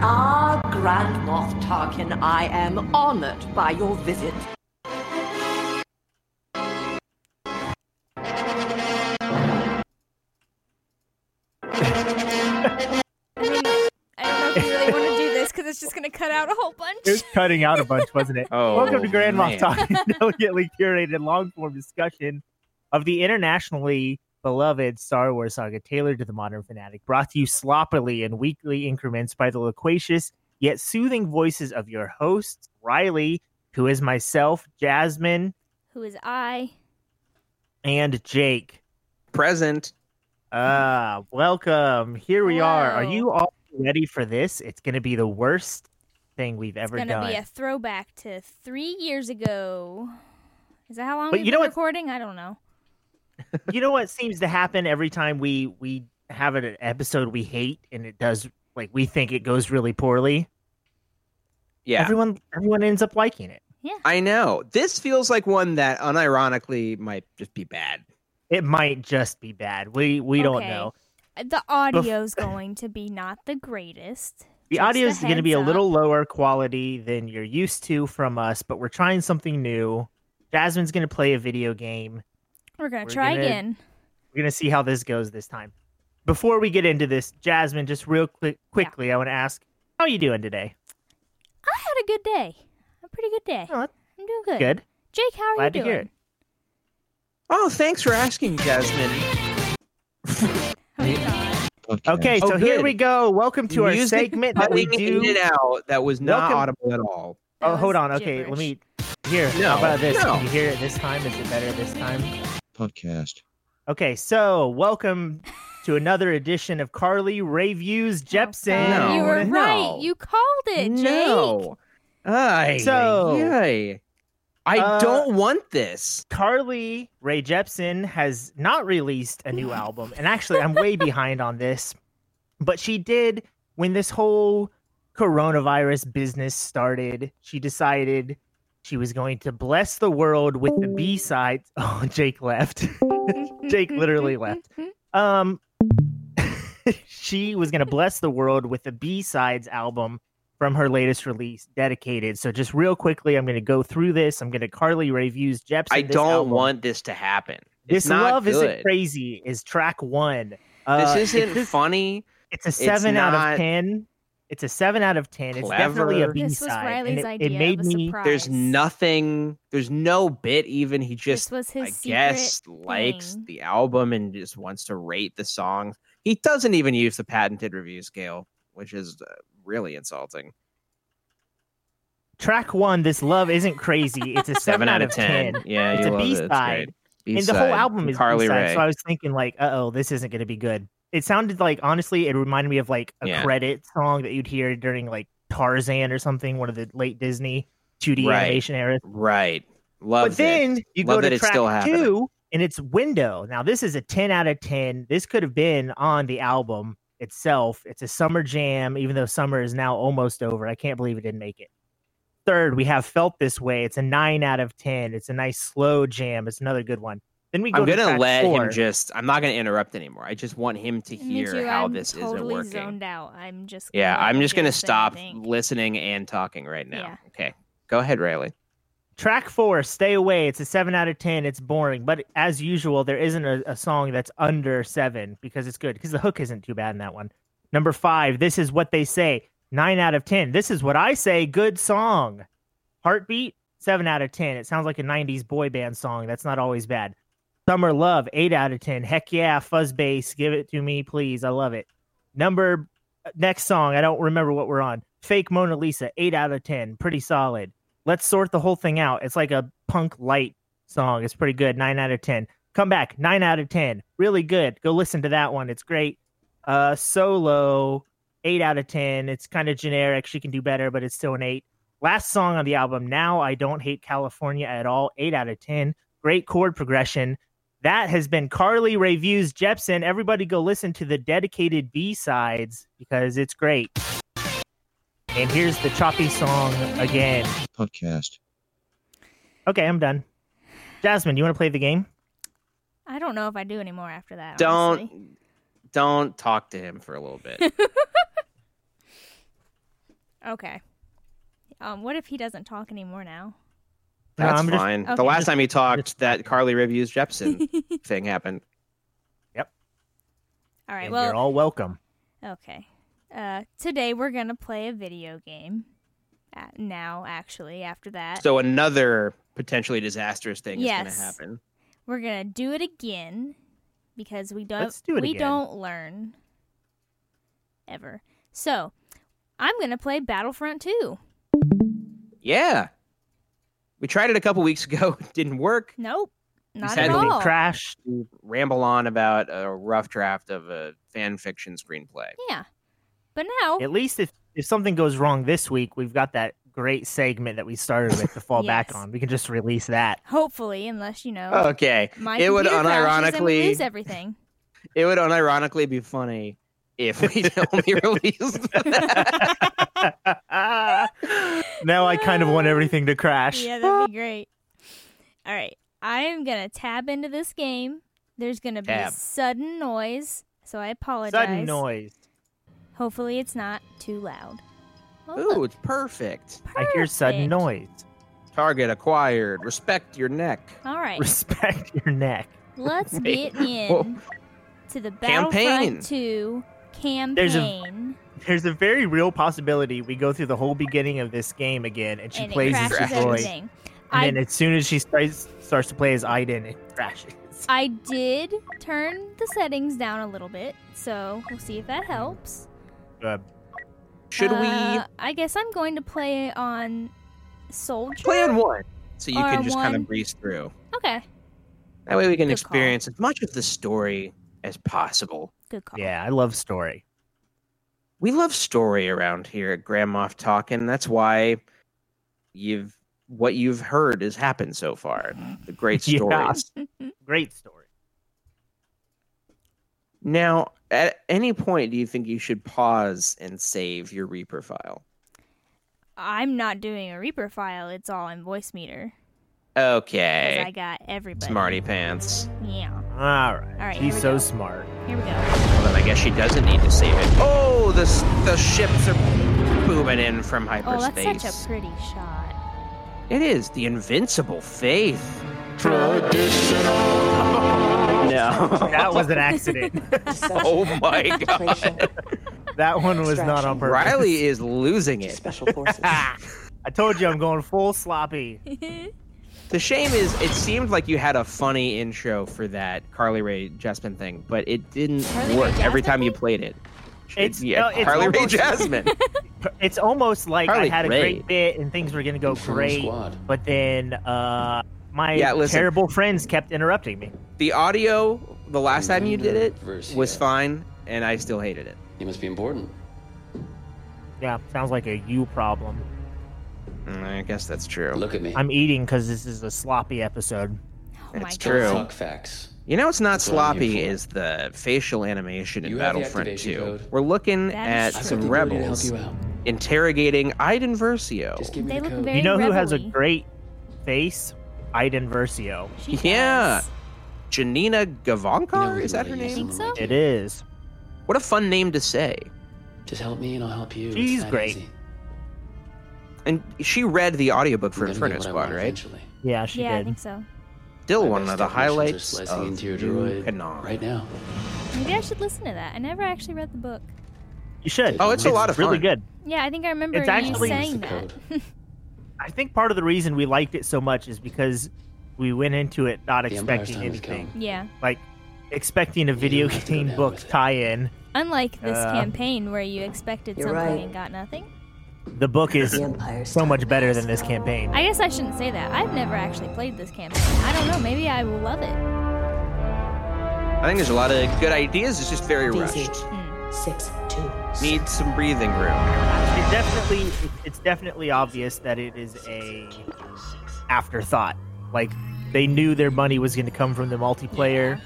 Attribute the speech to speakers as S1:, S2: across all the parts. S1: Ah, Grand Moff Tarkin, I am honored by your visit.
S2: I don't know, I don't know if we really want to do this because it's just going to cut out a whole bunch.
S3: It was cutting out a bunch, wasn't it?
S4: Oh,
S3: Welcome to Grand Moff
S4: man.
S3: Talking, delicately curated long form discussion of the internationally beloved Star Wars saga tailored to the modern fanatic, brought to you sloppily in weekly increments by the loquacious yet soothing voices of your hosts, Riley, who is myself, Jasmine,
S2: Who is I?
S3: and Jake.
S4: Present.
S3: Ah, welcome. Here we are. Are
S2: Hello.
S3: you all ready for this? It's going to be the worst thing we've
S2: It's
S3: ever
S2: going to
S3: done.
S2: be a throwback to three years ago. Is that how long
S3: But
S2: we've
S3: you know
S2: been
S3: what-
S2: recording? I don't know.
S3: you know what seems to happen every time we we have an episode we hate and it does like we think it goes really poorly
S4: Yeah.
S3: everyone everyone ends up liking it
S4: I know. This feels like one that unironically might just be bad.
S3: it might just be bad we we don't
S2: Okay.
S3: know
S2: The audio's going to be not the greatest.
S3: the
S2: Just
S3: audio
S2: a
S3: is going to be a
S2: heads up.
S3: little lower quality than you're used to from us but we're trying something new jasmine's going to play a video game
S2: We're going
S3: We're
S2: to try
S3: gonna-
S2: again.
S3: we're going to see how this goes this time before we get into this jasmine just real quick quickly i want to ask how are you doing today
S2: I had a good day. A pretty good day.
S3: Oh, that's
S2: I'm doing good.
S3: good
S2: Jake, how are
S3: Glad
S2: you doing?
S3: to hear it.
S4: Oh, thanks for asking, Jasmine.
S2: Oh my God.
S3: Okay,
S4: Oh,
S3: so here
S4: good.
S3: we go. Welcome to our
S4: Music
S3: segment that we
S4: cutting
S3: do.
S4: In and out that was not
S3: Welcome-
S4: audible at all.
S2: That
S3: Oh, hold
S2: was
S3: on. Okay, let
S2: gibberish.
S3: me. Here,
S4: No,
S3: how about this?
S4: no.
S3: Can you hear it this time? Is it better this time?
S5: podcast.
S3: Okay, so welcome to another edition of Carly Reviews Jepsen.
S4: No.
S2: Oh, you were right.
S4: no.
S2: You called it, Jake.
S4: No. Ay,
S3: So-
S4: ay, ay. I
S3: Uh,
S4: don't want this.
S3: Carly Ray Jepsen has not released a new album, and actually, I'm way behind on this, but she did when this whole coronavirus business started. She decided she was going to bless the world with the B sides. Oh, Jake left. Jake literally left. Um, she was gonna bless the world with a B sides album from her latest release, Dedicated. So just real quickly, I'm gonna go through this. I'm gonna Carly reviews Jepsen.
S4: I
S3: this
S4: don't
S3: album.
S4: want this to happen.
S3: this.
S4: It's not
S3: love
S4: good.
S3: isn't crazy. Is track one. Uh,
S4: this isn't
S3: It's,
S4: funny.
S3: it's a seven out
S4: not
S3: of ten. It's a seven out of ten. It's definitely a
S4: clever.
S3: B
S2: This was
S3: side. and
S2: Riley's
S3: It,
S2: idea.
S3: it made
S2: of a
S3: me.
S2: surprise.
S4: There's nothing. There's no bit even. He
S2: This
S4: just,
S2: was his
S4: I
S2: secret
S4: guess, likes
S2: thing.
S4: the album and just wants to rate the songs. He doesn't even use the patented review scale, which is uh, really insulting.
S3: Track one, this love isn't crazy. It's a seven, out of ten.
S4: Yeah,
S3: It's
S4: you
S3: a
S4: love it. It's
S3: B-side.
S4: great.
S3: and the whole
S4: B-side.
S3: album is
S4: Carly
S3: B-side,
S4: Rae.
S3: so I was thinking like, uh oh, this isn't gonna be good. It sounded like honestly, it reminded me of like a
S4: Yeah.
S3: credit song that you'd hear during like Tarzan or something, one of the late Disney 2D
S4: Right.
S3: animation eras.
S4: right. Love
S3: but then you
S4: Love
S3: go
S4: that
S3: to
S4: it's still
S3: track
S4: happening.
S3: two and it's window. Now this is a ten out of ten. This could have been on the album itself. It's a summer jam, even though summer is now almost over. I can't believe it didn't make it. Third, we have felt this way. It's a nine out of ten. It's a nice slow jam. It's another good one. Then we go
S4: I'm
S3: to
S4: gonna
S3: track
S4: let
S3: four.
S4: him just. I'm not gonna interrupt anymore. I just want him to
S2: Me
S4: hear
S2: too,
S4: how
S2: I'm
S4: this
S2: totally
S4: isn't working.
S2: zoned out. I'm just
S4: Yeah,
S2: gonna
S4: I'm just
S2: do
S4: gonna
S2: the same
S4: stop
S2: thing.
S4: listening and talking right now.
S2: Yeah.
S4: Okay, go ahead, Riley.
S3: Track four, Stay Away. It's a seven out of 10. It's boring. But as usual, there isn't a, a song that's under seven because it's good because the hook isn't too bad in that one. Number five, This Is What They Say. Nine out of 10. This is what I say. Good song. Heartbeat, seven out of 10. It sounds like a 90s boy band song. That's not always bad. Summer Love, eight out of 10. Heck yeah, fuzz bass. Give it to me, please. I love it. Number uh, next song, I don't remember what we're on. Fake Mona Lisa, eight out of 10. Pretty solid let's sort the whole thing out. It's like a punk light song. It's pretty good. Nine out of ten. Come back. Nine out of ten. Really good. Go listen to that one. It's great. Uh, solo. Eight out of ten. It's kind of generic. She can do better, but it's still an eight. Last song on the album. Now I don't hate California at all. Eight out of ten. Great chord progression. That has been Carly reviews Jepsen. Everybody go listen to the dedicated B sides because it's great. And here's the choppy song again.
S5: Podcast.
S3: Okay, I'm done. Jasmine, you want to play the game?
S2: I don't know if I do anymore after that.
S4: Don't
S2: honestly.
S4: don't talk to him for a little bit.
S2: Okay. Um, what if he doesn't talk anymore now?
S3: No,
S4: That's
S3: I'm just-
S4: fine.
S2: okay.
S4: The last time he talked, that Carly reviews Jepsen thing happened.
S2: All right.
S3: and
S2: Well,
S3: you're all welcome.
S2: Okay. Uh, today we're gonna play a video game. Uh, now, actually, after that,
S4: So another potentially disastrous thing is
S2: Yes.
S4: going to happen.
S2: we're gonna do it again because we don't.
S3: Let's do it
S2: we
S3: again.
S2: don't learn ever. So I'm gonna play Battlefront 2.
S4: Yeah. We tried it a couple weeks ago. It didn't work.
S2: Nope, not
S4: said
S2: at
S4: we
S3: Everything
S2: all.
S3: crashed.
S4: We ramble on about a rough draft of a fan fiction screenplay.
S2: Yeah, but now
S3: At least if if something goes wrong this week, we've got that great segment that we started with to fall back
S2: Yes.
S3: on. We can just release that.
S2: hopefully, unless you know
S3: Oh,
S4: Okay.
S2: my
S4: it would
S2: computer crashes and we
S4: unironically-
S2: lose everything.
S4: It would unironically be funny if we only released that.
S3: now I kind of want everything to crash.
S2: Yeah, that'd be great. All right. I am going to tab into this game. There's going to be
S4: Tab.
S2: sudden noise, so I apologize.
S3: Sudden noise.
S2: Hopefully, it's not too loud. Oh,
S4: Ooh,
S2: look,
S4: it's perfect.
S3: I hear sudden
S2: perfect.
S3: noise.
S4: Target acquired. Respect your neck.
S2: All right.
S3: Respect your neck.
S2: Let's
S4: Wait.
S2: get in
S4: Whoa.
S2: to the
S4: Campaign.
S2: Battlefront 2
S3: There's a-
S2: campaign.
S3: There's a very real possibility we go through the whole beginning of this game again, and she
S2: and it
S3: plays as
S2: crashes
S4: Destroy.
S3: Roy. And
S2: everything. I,
S3: then as soon as she starts starts to play as Aiden, it crashes.
S2: I did turn the settings down a little bit, so we'll see if that helps.
S3: Good.
S4: Should
S2: Uh, I guess I'm going to play on
S4: we
S2: Soldier.
S4: play on one? So you can just kind
S2: R1.
S4: of breeze through.
S2: Okay.
S4: That way we can
S2: Good call.
S4: experience as much of the story as possible.
S2: Good call.
S3: Yeah, I love story.
S4: We love story around here at Grand Moff Talking. That's why you've what you've heard has happened so far. The great
S3: Yeah.
S4: stories.
S3: Great story.
S4: Now, at any point, do you think you should pause and save your Reaper file?
S2: I'm not doing a Reaper file. It's all in voice meter. 'cause I
S4: Okay.
S2: got everybody.
S4: Smarty pants.
S2: Yeah.
S3: All right.
S2: All right, here
S3: She's
S2: we
S3: so
S2: go.
S3: smart.
S2: Here we go.
S4: Well, then I guess she doesn't need to save it. Oh, the, s- the ships are booming in from
S2: Oh, that's
S4: hyperspace.
S2: such a pretty shot.
S4: It is the invincible faith. No.
S3: That was an accident.
S4: oh my god.
S3: that one was not on purpose.
S4: Riley is losing it.
S6: Special forces.
S3: I told you I'm going full sloppy.
S4: The shame is, it seemed like you had a funny intro for that Carly Ray Jasmine thing, but it didn't
S2: Carly Rae
S4: work every
S2: Jepsen
S4: time you played it.
S3: It's-
S4: yeah,
S3: no, it's
S4: Carly Rae
S3: almost-
S4: Jasmine.
S3: It's almost like I
S4: Harley
S3: had a
S4: Raid.
S3: great bit and things were gonna go great, but then uh, my
S4: Yeah, listen.
S3: terrible friends kept interrupting me.
S4: the audio the last time you did it
S6: Verse,
S4: was
S6: yeah.
S4: fine, and I still hated it.
S6: You must be important.
S3: Yeah, sounds like a you problem.
S4: Mm, I guess that's true.
S6: Look at me.
S3: I'm eating because this is a sloppy episode.
S2: Oh my
S4: That's
S2: god.
S4: true.
S6: Fuck facts.
S4: You know, it's not
S6: That's what I'm here
S4: sloppy
S6: for.
S4: is the facial animation in
S6: You have the
S4: Battlefront
S6: activation
S4: 2.
S6: code.
S4: We're looking
S2: That
S4: at
S2: is true.
S6: I've got
S4: some
S6: the ability to help
S4: rebels
S6: you out.
S4: interrogating Iden Versio.
S6: Just give me
S2: They
S6: the
S2: look
S6: code.
S2: very-
S3: you know who has a
S2: revelly.
S3: great face? Iden Versio.
S2: She
S4: Yeah.
S2: does.
S4: Janina
S6: You know
S4: Gavankar?
S6: we
S4: Is
S6: can
S4: that her
S6: really use
S4: name?
S2: Think
S6: someone
S2: so?
S3: It
S6: you.
S3: is.
S4: What a fun name to say.
S6: Just help me and I'll help you.
S3: She's
S6: It's that
S3: great.
S6: easy.
S4: And she read the audiobook
S6: I'm
S4: for
S6: gonna get
S4: Inferno
S6: what I
S4: Squad,
S6: want
S4: right?
S6: eventually.
S3: Yeah, she
S2: yeah, I
S3: did.
S2: think so.
S4: Still
S6: My
S4: one
S6: best
S4: of the
S6: technicians are
S4: highlights
S6: slicing
S4: of
S6: into your
S4: New
S6: droid
S4: Canon.
S6: Right now.
S2: Maybe I should listen to that. I never actually read the book.
S3: You should.
S4: Oh, it's a lot of
S3: really
S4: fun.
S3: good.
S2: Yeah, I think I remember
S3: It's
S2: you
S3: actually-
S6: Here's the
S2: saying that.
S6: code.
S3: I think part of the reason we liked it so much is because we went into it not
S6: The Empire's
S3: expecting
S6: time has come.
S3: anything,
S2: Yeah.
S3: like expecting a video
S6: don't have to go
S3: game
S6: down
S3: book
S6: with it.
S3: tie-in.
S2: Unlike this
S3: Uh,
S2: campaign where you expected
S7: You're
S2: something
S7: right.
S2: and got nothing.
S3: The book is
S7: The Empire's
S3: so
S7: time
S3: much better
S7: has
S3: than this campaign.
S2: I guess I shouldn't say that. I've never actually played this campaign. I don't know. Maybe I will love it.
S4: I think there's a lot of good ideas. It's just very
S7: Easy.
S4: rushed.
S1: Hmm.
S7: Six, two,
S4: Need some breathing room.
S3: It definitely, it's definitely obvious that it is a afterthought. Like they knew their money was going to come from the multiplayer.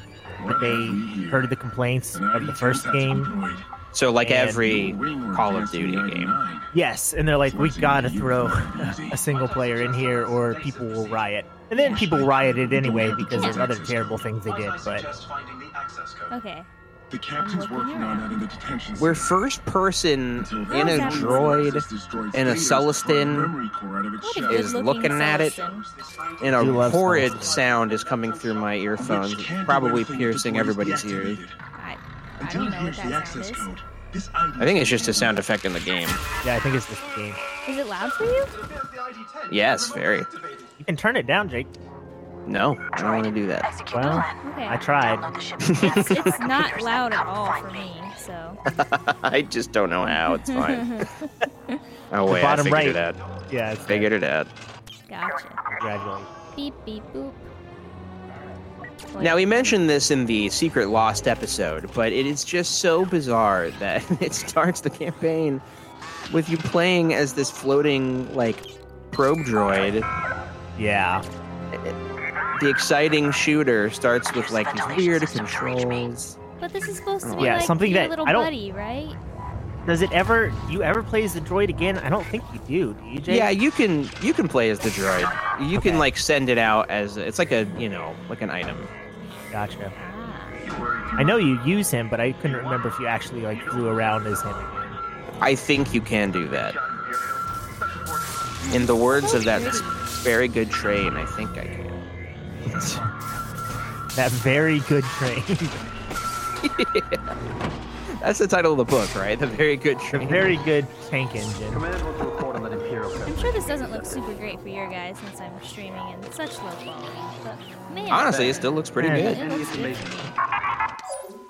S3: They heard the complaints of the first game.
S4: So, like
S3: And-
S4: every Call of Duty game.
S3: Yes, and they're like, we gotta throw a single player in here, or people will riot. And then people rioted anyway because there's other terrible things they did. But
S2: Okay.
S7: The captain's
S2: looking
S7: working on
S2: around.
S7: that in the detention
S4: We're
S7: center.
S4: first person
S7: Until then,
S4: in a
S7: one of our
S4: droid,
S7: scientists destroyed
S4: in a
S7: Stadia's current
S4: Celestin
S7: memory core out of its
S2: What a
S7: shell,
S4: is
S2: good-looking
S4: looking at it.
S2: Celestin.
S4: and
S3: You
S4: a
S3: love
S4: horrid
S3: science.
S4: sound is coming through my
S7: which
S4: earphones,
S7: can't do
S4: probably
S7: anything if the
S4: piercing
S7: droid is
S4: everybody's ears.
S7: deactivated.
S2: I, I
S7: Until
S2: don't know
S7: it
S2: what
S7: hears the
S2: that sound
S7: access
S2: is.
S7: code, this item
S4: I think it's just a
S7: can't
S4: sound
S7: be
S4: effect in the game.
S3: Yeah, I think it's this game.
S2: Is it loud for you?
S4: Yes, very.
S3: You can turn it down, Jake.
S4: No, I don't want to do that.
S3: Well,
S2: Okay.
S3: I tried.
S2: It's, it's not loud at all for me, so.
S4: I just don't know how. It's fine. oh wait, I
S3: bottom
S4: figured
S3: right.
S4: it out.
S3: Yeah, it's
S4: Figured it out.
S2: Gotcha.
S3: Congratulations.
S2: Beep, beep, boop. Wait.
S4: Now we mentioned this in the Secret Lost episode, but it is just so bizarre that it starts the campaign with you playing as this floating like probe droid.
S3: Yeah.
S4: The exciting shooter starts with like these weird controls.
S2: But this is supposed to be
S3: Yeah,
S2: like
S3: something
S2: your
S3: that
S2: little
S3: I don't-
S2: buddy, right?
S3: Does it ever? Do you ever play as the droid again? I don't think you do. Do you, Jake?
S4: Yeah, you can you can play as the droid. You
S3: Okay.
S4: can like send it out as it's like a you know like an item.
S3: Gotcha.
S2: Ah.
S3: I know you use him, but I couldn't remember if you actually like flew around as him. Again.
S4: I think you can do that. In the words of that very good train, I think I can.
S3: That very good train.
S4: That's the title of the book, right? The very good
S3: the
S4: train.
S3: very good tank engine.
S2: I'm sure this doesn't look super great for your guys since I'm streaming in such low quality, but man,
S4: Honestly, it still looks pretty
S3: Yeah.
S4: good.
S2: it looks good for me.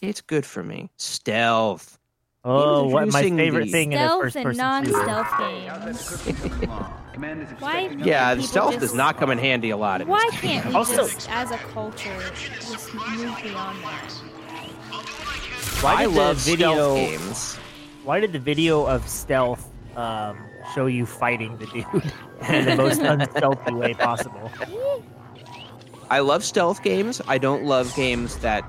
S4: It's good for me. Stealth.
S3: Oh, what my
S4: Introducing
S3: favorite
S4: the-
S3: thing in a
S2: Stealth
S3: first
S2: and
S3: person shooter.
S2: non-stealth games. Why?
S4: Yeah,
S2: can't people
S4: stealth does
S2: just-
S4: not come in handy a lot. In
S2: Why
S4: this
S2: can't we
S3: Also-
S2: just, as a culture, just move beyond that?
S3: Why
S4: I
S3: did the
S4: love
S3: video-
S4: stealth games.
S3: Why did the video of stealth um, show you fighting the dude in the most unstealthy way possible?
S4: I love stealth games. I don't love games that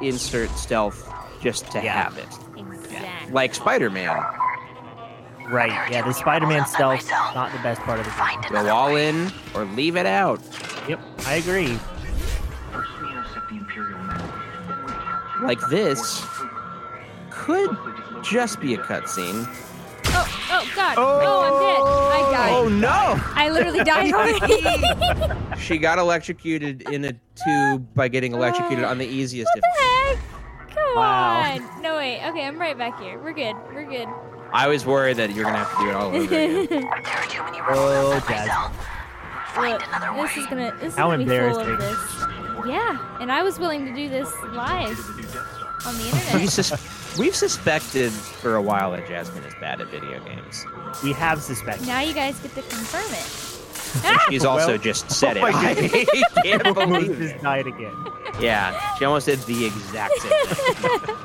S4: insert stealth just to
S3: Yeah.
S4: have it,
S2: Exactly.
S4: like Spider-Man.
S3: Right. Yeah, the Spider-Man stealth not the best part of the game.
S4: Go all in or leave it out.
S3: Yep, I agree.
S4: Like this could just be a cutscene.
S2: Oh, oh God! Oh, I'm dead. I died.
S4: Oh no!
S2: I literally died already.
S4: She got electrocuted in a tube by getting electrocuted on the easiest.
S2: what
S4: If-
S2: the heck? Come
S3: Wow.
S2: on. No wait. Okay, I'm right back here. We're good. We're good.
S4: I was worried that you're gonna have to do it all over again.
S3: Oh, Jazz.
S2: Look, this is gonna. This is
S3: How
S2: gonna be full
S3: embarrassing.
S2: of this. Yeah, and I was willing to do this live on the
S4: We
S2: internet.
S4: sus- we've suspected for a while that Jasmine is bad at video games.
S3: We have suspected.
S2: now you guys get to confirm it. Ah!
S4: She's also
S3: Well-
S4: just said
S3: Oh
S4: it.
S3: my
S4: I can't
S3: Almost
S4: believe
S3: just
S4: it.
S3: died again.
S4: Yeah, she almost did the exact same. thing.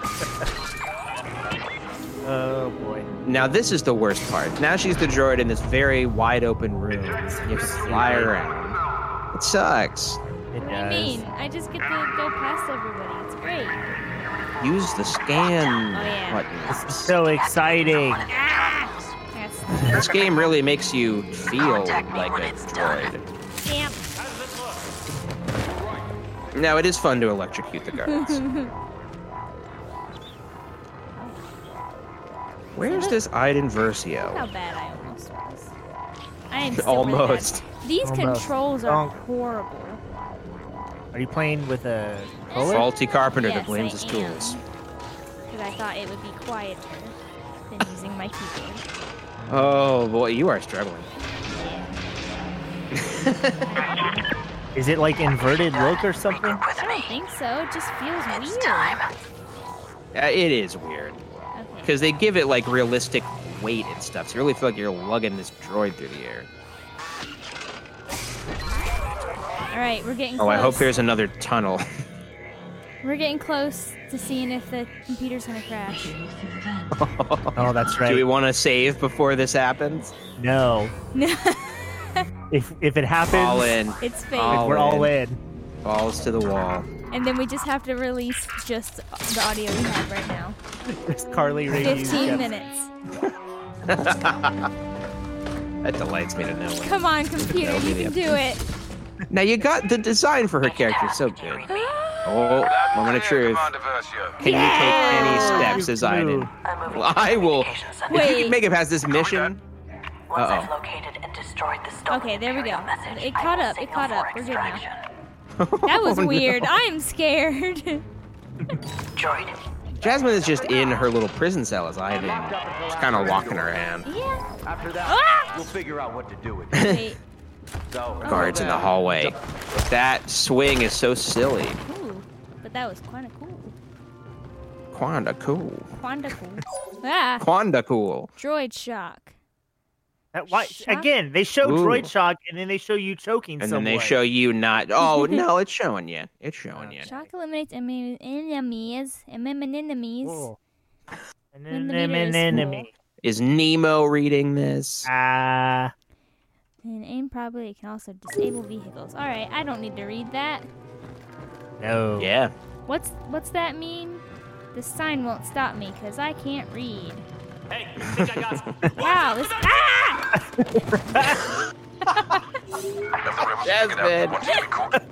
S3: Oh boy.
S4: Now this is the worst part. Now she's the droid in this very wide open room. You have to fly around. It sucks.
S3: It
S2: What do you
S3: does.
S2: mean? I just get to go past everybody. It's great.
S4: Use the scan
S2: Oh, yeah.
S4: button.
S3: So exciting.
S2: That's
S4: This game really makes you feel like a droid.
S2: damn.
S4: Now it is fun to electrocute the guards. Where's this Iden
S2: How
S4: Versio?
S2: bad I almost was. I am so
S4: Almost.
S2: bad. These
S3: Almost.
S2: controls are
S3: Oh.
S2: horrible.
S3: Are you playing with a controller?
S4: Faulty carpenter
S2: Yes,
S4: that blames
S2: I
S4: his
S2: am.
S4: tools.
S2: Because I thought it would be quieter than using my keyboard.
S4: Oh boy, you are struggling.
S3: Is it like inverted look or something?
S2: I don't think so. It just feels weird. Time.
S4: Uh, it is weird
S2: Okay.
S4: because they give it like realistic weight and stuff. So you really feel like you're lugging this droid through the air.
S2: All right, we're getting.
S4: Oh, I hope
S2: close.
S4: there's another tunnel.
S2: We're getting close to seeing if the computer's gonna crash.
S3: Oh, that's
S4: Do we
S3: right.
S4: want to save before this happens?
S3: No.
S2: No,
S3: If if it happens,
S4: All in,
S2: it's fake.
S4: Oh.
S3: we're all in.
S4: balls to the wall.
S2: And then we just have to release just the audio we have right now.
S3: Just Carly Rae. used
S2: Fifteen
S3: it.
S2: minutes.
S4: That delights me to no end.
S2: Come on, computer, you can do it.
S4: Now you got the design for her character is so good. Oh, moment of truth.
S8: Commander Versio.
S4: Can you take any steps
S3: You
S4: as I did?
S3: blew.
S9: I'm moving
S4: Well,
S9: to the
S4: I will-
S9: communications center.
S2: Wait.
S4: If you can make it past this mission,
S9: Once I've
S4: Uh-oh.
S9: located and destroyed the stolen
S2: Okay, there we go.
S9: Imperial Message,
S2: It
S9: I
S2: caught
S9: will
S2: up, it
S9: signal
S2: caught
S9: for
S2: up. We're good now.
S9: extraction.
S2: That was
S4: Oh, no.
S2: weird. I'm scared.
S9: Droid,
S4: Jasmine is just in her little prison cell as I am. She's kind of walking her hand.
S2: yeah.
S10: After that,
S2: Ah!
S10: we'll figure out what to do with it.
S2: Wait.
S10: So, uh,
S4: Guards in the hallway. That swing is so silly.
S2: Ooh. But that was kinda cool.
S4: Quanda cool.
S2: Quanda cool. Ah.
S4: Quanda cool.
S2: Droid shock.
S3: That, why,
S2: Shock.
S3: again, they show
S4: Ooh.
S3: droid shock and then they show you choking
S4: And then
S3: someone.
S4: they show you not. Oh no, it's showing you. It's showing you.
S2: Shock eliminates enemy- enemies. Emin- enemies.
S3: Whoa. And
S2: When
S3: then
S2: the meter is
S3: enemy.
S4: Is Nemo reading this?
S3: Ah,
S2: And aim probably it can also disable vehicles. Alright, I don't need to read that.
S3: no.
S4: Yeah.
S2: What's what's that mean? The sign won't stop me because I can't read.
S10: Hey, you think I got some-
S2: Wow, this ah!
S8: Let the rebels figure it
S4: Jasmine.
S8: out once it's been caught.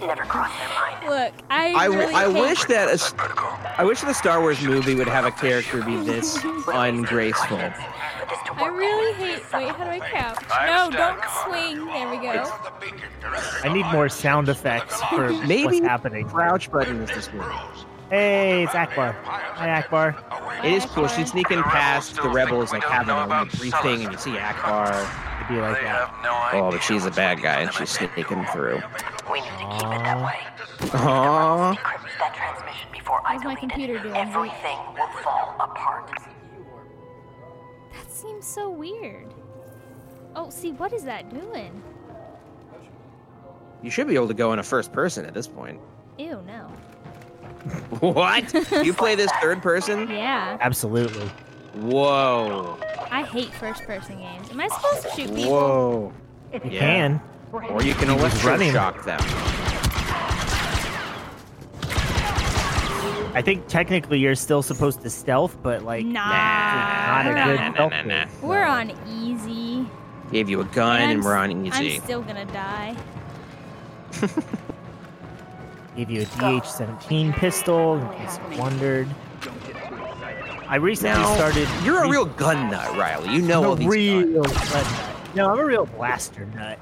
S9: never cross their mind.
S2: Look, I
S4: I, w-
S2: really
S4: I
S2: hate-
S4: wish that a, s-
S8: That protocol.
S4: I wish the Star Wars movie would have a character be this ungraceful.
S9: But this to
S2: I
S9: work,
S2: really hate. Wait, how do I count?
S8: I
S2: No,
S8: understand,
S2: don't
S8: Commander.
S2: swing. There we go.
S8: It's- the beacon, directly
S3: I need more sound effects for what's
S4: Maybe
S3: happening.
S4: crouch button is this one.
S3: Hey, it's Akbar. Hi, Akbar.
S8: away.
S4: It is cool. She's sneaking past the rebels, like having a like, brief thing, and you see Akbar.
S3: It'd be like
S8: They
S3: that.
S8: have no idea.
S4: Oh, but she's a bad guy, and she's sneaking through.
S9: we need to keep it that way.
S4: Aww.
S9: Decrypt that transmission before I
S2: How's my
S9: delete it.
S2: computer doing?
S9: Everything will fall apart.
S2: That seems so weird. Oh, see, what is that doing?
S4: You should be able to go in a first person at this point.
S2: Ew, no.
S4: What? You play this third person?
S2: Yeah,
S3: Absolutely.
S4: Whoa.
S2: I hate first-person games. Am I supposed to shoot people?
S4: Whoa.
S3: You
S4: Yeah.
S3: can.
S4: Or you can
S3: was running.
S4: electroshock them.
S3: I think technically you're still supposed to stealth, but like,
S2: Nah.
S3: not a
S2: Nah,
S3: good
S2: nah, nah,
S3: stealth.
S4: nah,
S3: move.
S2: We're on easy.
S4: Gave you a gun
S2: I'm
S4: and we're
S2: s-
S4: on easy.
S2: I'm still gonna die.
S3: Give you a DH-17 pistol. In case you wondered. I recently
S4: Now,
S3: started.
S4: You're a
S3: re-
S4: real gun nut, Riley. You know all
S3: I'm a
S4: these guns.
S3: real nut. No, I'm a real blaster nut.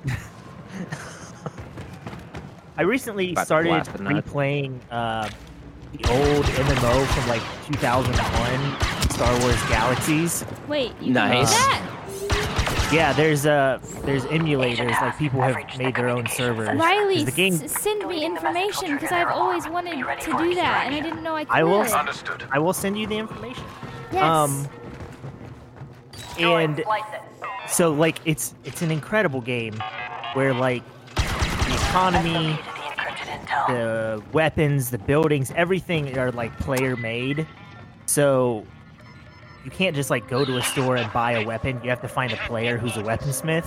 S3: I recently
S4: About to
S3: started
S4: blast a nut.
S3: replaying uh, the old MMO from like 2001, Star Wars Galaxies.
S2: Wait, you
S4: Nice.
S2: can do that?
S3: Yeah, there's uh, there's emulators. Like people have made their own servers. 'Cause
S2: Riley,
S3: the game.
S2: s- send me information because I've always wanted to do that, and I didn't know I could.
S3: I will-
S8: Understood.
S3: I will send you the information.
S2: Yes.
S3: Um, and
S9: Slice it.
S3: so like it's it's an incredible game where like the economy.
S9: Located the encrypted intel.
S3: the weapons, the buildings, everything are like player made. So you can't just like go to a store and buy a weapon. You have to find a player who's a weaponsmith.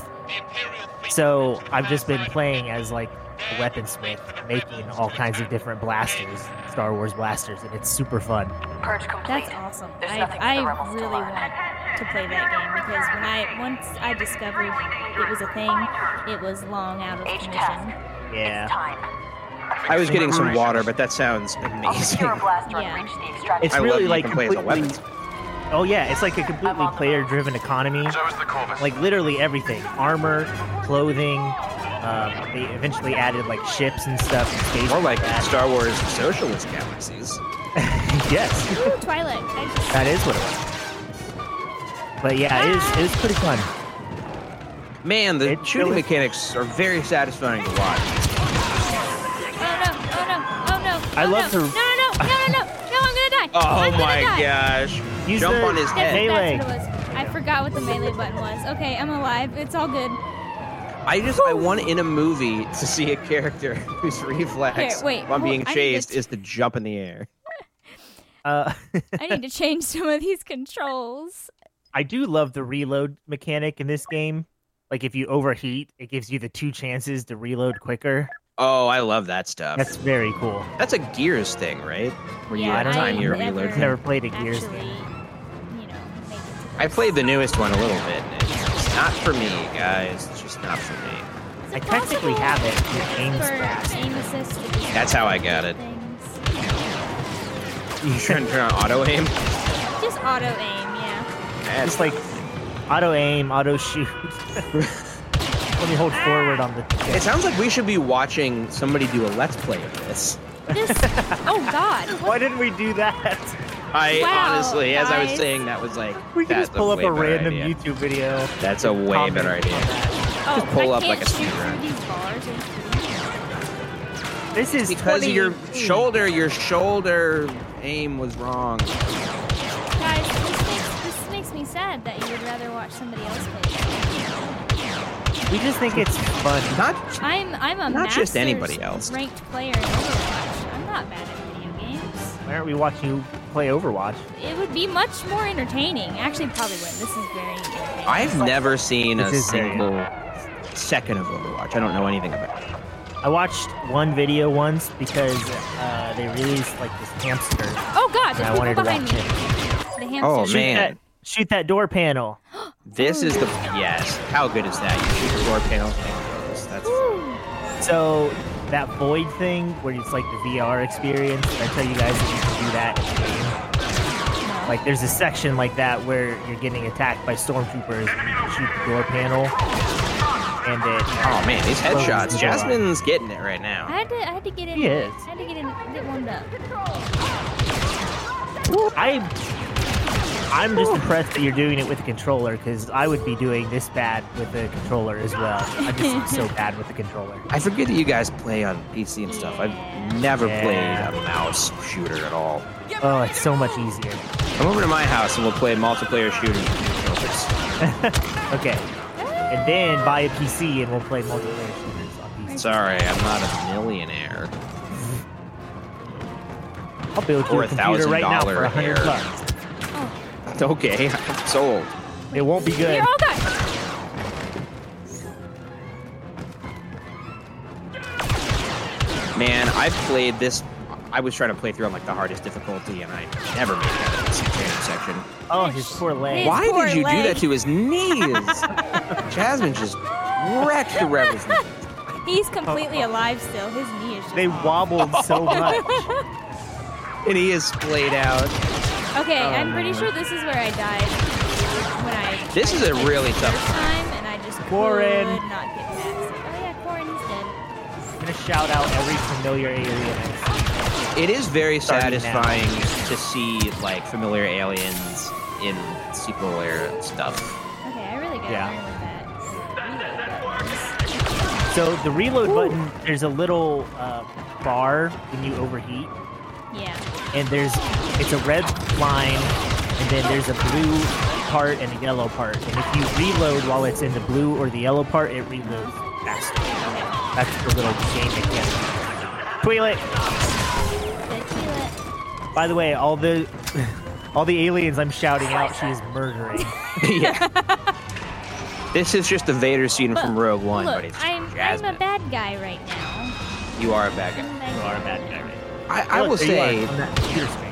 S3: So I've just been playing as like a weaponsmith, making all kinds of different blasters, Star Wars blasters, and it's super fun.
S9: Purge complete.
S2: That's awesome.
S9: There's
S2: I,
S9: nothing for the
S2: I
S9: rebels to
S2: really
S9: learn.
S2: want to play that game because when I once I discovered it was a thing, it was long out of
S9: H
S2: commission.
S9: task. It's
S3: Yeah.
S9: time.
S4: I was getting some water, but that sounds
S9: I'll secure a
S4: amazing.
S9: blaster
S2: Yeah.
S9: and reach the extraction.
S3: It's
S4: I love
S3: really
S4: you
S3: like
S4: can play as a
S3: completely-
S4: weapons.
S3: Oh yeah, it's like a completely player-driven economy.
S8: So is the Corvus.
S3: like literally everything armor clothing um, they eventually added like ships and stuff and space
S4: More like
S3: combat.
S4: Star Wars socialist galaxies.
S3: yes
S2: Ooh, Oh, Twilight. I just,
S3: that is what it was but yeah it is, it is pretty fun
S4: Man, the
S3: It
S4: shooting
S3: really-
S4: mechanics are very satisfying to watch.
S2: oh no! Oh no! Oh no!
S3: I
S2: oh,
S3: love
S2: no.
S3: her-
S2: No! No! No! No! No! No! No! I'm gonna die.
S4: Oh
S2: I'm gonna
S4: my
S2: die.
S4: gosh.
S3: Use
S4: Jump
S3: the-
S4: on his
S2: That's,
S4: head.
S3: Melee.
S2: that's what it was. I forgot what the melee button was. Okay, I'm alive. It's all good.
S4: I just I want in a movie to see a character whose reflex
S2: Here, wait,
S4: while
S2: hold-
S4: being
S2: I need to
S4: chased
S2: t-
S4: is to jump in the air.
S3: uh,
S2: I need to change some of these controls.
S3: i do love the reload mechanic in this game like if you overheat it gives you the two chances to reload quicker
S4: Oh, I love that stuff.
S3: that's
S4: That's,
S3: very cool
S4: a Gears thing, right? Where you
S2: Yeah,
S4: have
S3: I
S4: time you
S2: never-
S4: reload.
S3: i've never played a gears
S2: Actually,
S3: game.
S2: you know, make it to
S4: I played the newest one a little bit. and It's just not for me, guys. It's just not for me.
S2: Is
S3: i
S2: it
S3: technically
S2: possible
S3: have it it
S2: for
S3: aims fast
S2: aim assist to be
S4: That's how I got it.
S2: thing?
S4: You trying to turn on auto aim?
S2: Just auto aim, yeah.
S3: Just like auto aim, auto shoot. Let me hold forward on the.
S4: It sounds like we should be watching somebody do a let's play of this.
S2: This. oh God.
S3: Why didn't we do that?
S4: I
S2: Wow,
S4: honestly, as I was
S2: guys.
S4: saying, that was like
S3: We could
S4: that's
S3: just pull up
S4: way
S3: a
S4: better
S3: random
S4: idea.
S3: YouTube video.
S4: That's a way
S3: Comment.
S4: better idea.
S2: Oh,
S4: Just pull
S2: I
S4: up
S2: can't
S4: like a
S2: shoot
S4: speedrun.
S2: through these bars and
S3: This is
S4: Because of your
S3: 2018.
S4: shoulder, your shoulder aim was wrong.
S2: Guys, this makes, this makes me sad that you would rather watch somebody else play.
S3: We just think it's fun.
S4: Not
S2: I'm I'm a
S4: Not just
S2: master's
S4: anybody else.
S2: ranked player in Overwatch. I'm not bad at video games.
S3: Why aren't we watching you play Overwatch?
S2: It would be much more entertaining. Actually, probably would. This is very entertaining.
S4: I've never seen a
S3: This is very-
S4: single second of Overwatch. I don't know anything about it.
S3: I watched one video once because uh, they released like this hamster.
S2: Oh God,
S3: And
S2: there's
S3: I
S2: people
S3: wanted to
S2: behind
S3: watch
S2: me.
S3: it.
S2: The hamster.
S4: Oh,
S2: is-
S4: man.
S3: That- shoot that door panel.
S4: This is the yes. How good is that? You shoot your door panel. That's- That's
S3: So that void thing where it's like the VR experience, I tell you guys that you can do that. in the game. Like there's a section like that where you're getting attacked by stormtroopers and you shoot the door panel. And it
S4: oh man, these
S3: Well,
S4: headshots.
S3: it's-
S4: Jasmine's getting it right
S2: I
S4: now.
S2: had to. I had to get in.
S3: He is.
S2: I had to get in. Get warmed up.
S3: I I'm just impressed that you're doing it with a controller because I would be doing this bad with a controller as well. I'm just so bad with the controller.
S4: I forget that you guys play on PC and stuff. I've never
S3: Yeah.
S4: played a mouse shooter at all.
S3: Oh, it's so much easier.
S4: Come over to my house and we'll play multiplayer shooters. with controllers.
S3: Okay. And then buy a PC and we'll play multiplayer shooters on PC.
S4: Sorry, I'm not a millionaire.
S3: I'll build you
S4: Or
S3: a
S4: a
S3: computer right now for
S4: $1,000
S3: a hundred
S4: hair.
S3: bucks.
S4: Okay, I'm sold.
S3: It won't be good.
S2: Here, oh God.
S4: Man, I played this. I was trying to play through on like the hardest difficulty, and I never made it out of this training section.
S3: Oh, his poor leg.
S2: His
S4: Why
S2: poor
S4: did you do
S2: leg.
S4: that to his knees? Jasmine just wrecked the rebels.
S2: He's completely alive still. His knee is. Just
S3: Oh. They wobbled so much.
S4: and he is splayed out.
S2: Okay,
S3: Oh,
S2: I'm pretty sure this is where I died when I.
S4: This is a really
S2: first
S4: tough.
S2: time, and I just
S3: Corin.
S2: could not get past it. Oh yeah, Corin is dead.
S3: I'm gonna shout out every familiar alien. I see.
S4: It is very
S3: Starting now.
S4: satisfying to see like familiar aliens in sequel era stuff.
S2: Okay, I really gotta
S3: Yeah.
S2: learn with that.
S3: So the reload button, there's a little uh, bar when you overheat,
S2: Yeah.
S3: and there's it's a red line, and then there's a blue part and a yellow part. And if you reload while it's in the blue or the yellow part, it reloads faster. That's the little game mechanic. Toilet.
S2: Tequila.
S3: By the way, all the all the aliens I'm shouting out, she is murdering.
S4: yeah. This is just the Vader scene from Rogue One,
S2: Look,
S4: but it's
S2: I'm,
S4: Jasmine.
S2: I'm a bad guy right now.
S4: you are a bad
S2: I'm
S4: guy.
S2: a bad guy.
S4: I, I
S3: Look,
S4: will
S3: there you are,
S4: say,
S3: on that computer screen.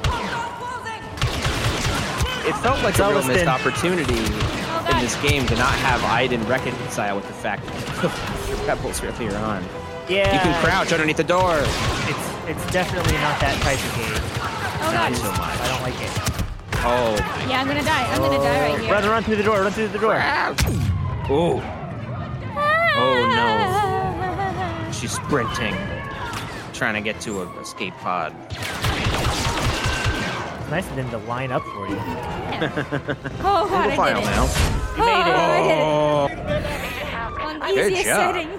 S4: it felt like a real
S3: Celestine.
S4: missed opportunity in
S2: Oh, God.
S4: this game to not have Iden reconcile with the fact that the rebels earlier on.
S3: Yeah,
S4: You
S2: Uh,
S4: can crouch underneath the door.
S3: It's it's definitely not that type of game.
S2: Oh
S4: Not so
S2: god.
S3: I
S4: much.
S3: don't like it.
S4: Oh,
S2: Yeah, I'm gonna die. I'm gonna die right here.
S3: Run, run through the door. Run through the door.
S4: ooh,
S2: Oh no.
S4: she's sprinting, trying to get to a escape pod.
S3: It's nice of them to line up for you.
S2: Oh god, I
S4: Single
S2: did
S4: file
S2: it.
S4: now.
S2: Oh, I did it.
S4: Oh,
S2: On the
S4: Good
S2: easiest
S4: job.
S2: setting.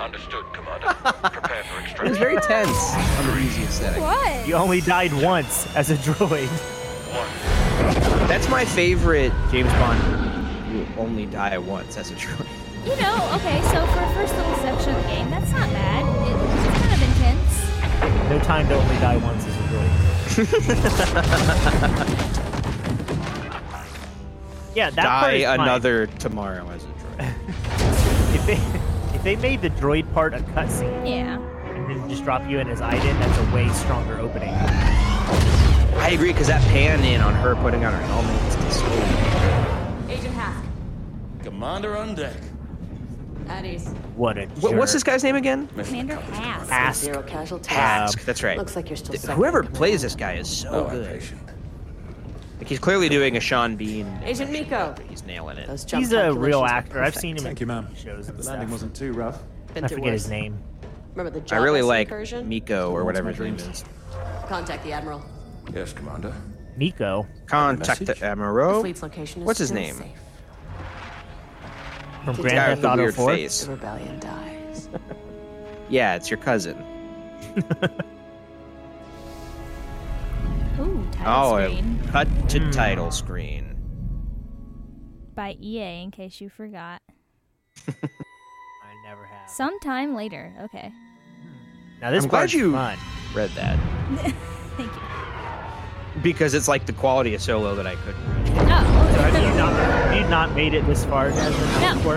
S8: Understood, Commander. Prepare for
S4: it was
S8: extraction.
S4: very tense on the easiest setting.
S2: What?
S3: You only died once as a droid.
S4: That's my favorite James Bond. You only die once. That's a true.
S2: You know, okay, so for a first little section of the game, that's not bad. It- It's kind of intense.
S3: No time to only die once as a droid. yeah, that part
S4: die
S3: is fine.
S4: another tomorrow as a droid.
S3: If they if they made the droid part a cutscene.
S2: Yeah.
S3: and then just drop you in as I did, that's a way stronger opening.
S4: I agree because that pan in on her putting on her helmet is just so
S10: Commander on deck.
S1: At ease.
S3: What a
S4: What, what's this
S3: jerk.
S4: guy's name again?
S2: Commander Ask.
S3: ask?
S1: Zero casualties.
S4: Ask. That's right.
S1: Looks like you're still second
S4: Whoever
S1: in command.
S4: plays this guy is
S3: Oh,
S4: so good. Like he's clearly doing a Sean Bean.
S1: Agent
S4: impression,
S1: Miko.
S4: but He's nailing it.
S1: Those jump
S3: He's a real
S1: calculations were
S3: actor. I've
S1: perfect.
S3: seen him in
S11: Thank you, ma'am.
S3: shows and
S11: The
S3: stuff.
S11: landing wasn't too rough.
S1: Been
S3: I
S1: through
S3: forget
S1: worse.
S3: his name.
S1: Remember the
S4: I really
S1: Jabba's
S4: like
S1: incursion?
S4: Miko or whatever his name is.
S1: Contact the admiral.
S10: Yes, Commander.
S3: Nico.
S4: Contact the
S10: Message?
S1: The
S4: Amaro.
S1: fleet's location is
S4: What's his
S1: still
S4: name?
S1: safe.
S3: From
S1: The
S3: Grand
S1: guy
S4: Guy
S1: Yeah,
S4: with
S3: Theft
S4: the
S3: Auto
S4: weird
S3: 4.
S4: face.
S1: The rebellion dies.
S4: Yeah, it's your cousin.
S2: Ooh, title
S4: Oh, a
S2: screen
S4: cut to
S3: Hmm.
S4: title screen.
S2: by EA in case you forgot.
S3: I never have.
S2: Sometime later. Okay.
S3: Now this
S4: I'm glad
S3: part's
S4: you-
S3: fun.
S4: Read that
S2: Thank you.
S4: because it's like the quality of solo that I couldn't.
S2: Oh,
S3: Have you not, have you not made it this far?
S2: no.
S3: Before?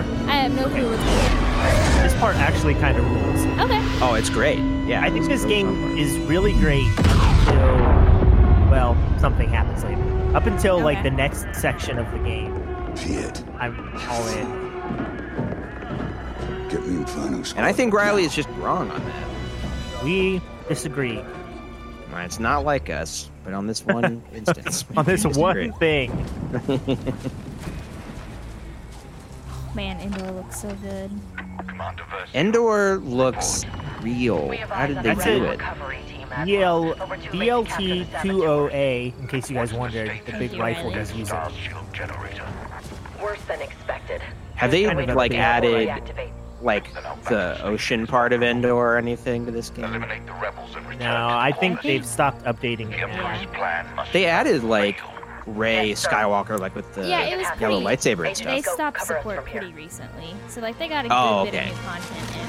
S2: I have no clue what's going
S3: This part actually kind of rules.
S2: on. Okay.
S4: Oh, it's great. Yeah,
S3: I think
S4: it's
S3: this
S4: a really
S3: game
S4: fun part.
S3: is really great until, well, something happens later. Up until like
S2: Okay.
S3: the next section of the game,
S7: Shit.
S3: I'm all in.
S7: Get me Inferno
S4: And I think Riley is just wrong on that.
S3: We disagree
S4: Well, It's not like us, but on this one instance, we
S3: on this
S4: disagree.
S3: one thing.
S2: Man, Indoor looks so good.
S8: Commander Vers.
S4: Endor looks real. How did they
S3: That's
S4: do
S3: it.
S4: it?
S3: DL, DLT20A, in case you guys wondered, the big
S2: You're
S3: rifle
S2: right.
S3: he's using.
S8: Stars shield generator.
S9: Worse than expected.
S4: Have they
S3: Kind of
S4: like
S3: updated.
S4: added
S9: Reactivate.
S4: like the ocean part of Endor or anything to this game?
S8: Eliminate the rebels and return.
S3: No,
S8: to
S3: I think
S8: orbit.
S3: they've stopped updating
S8: The
S3: it now.
S8: Emperor's plan must.
S4: They added like Ray Skywalker, like with the
S2: Yeah, it was
S4: yellow
S2: pretty-
S4: lightsaber and
S9: Agent
S2: They
S4: stuff.
S9: Go
S2: stopped
S9: cover us
S2: support
S9: from here.
S2: pretty recently, so like they got a good
S4: Oh,
S2: bit
S4: okay.
S2: of new content in.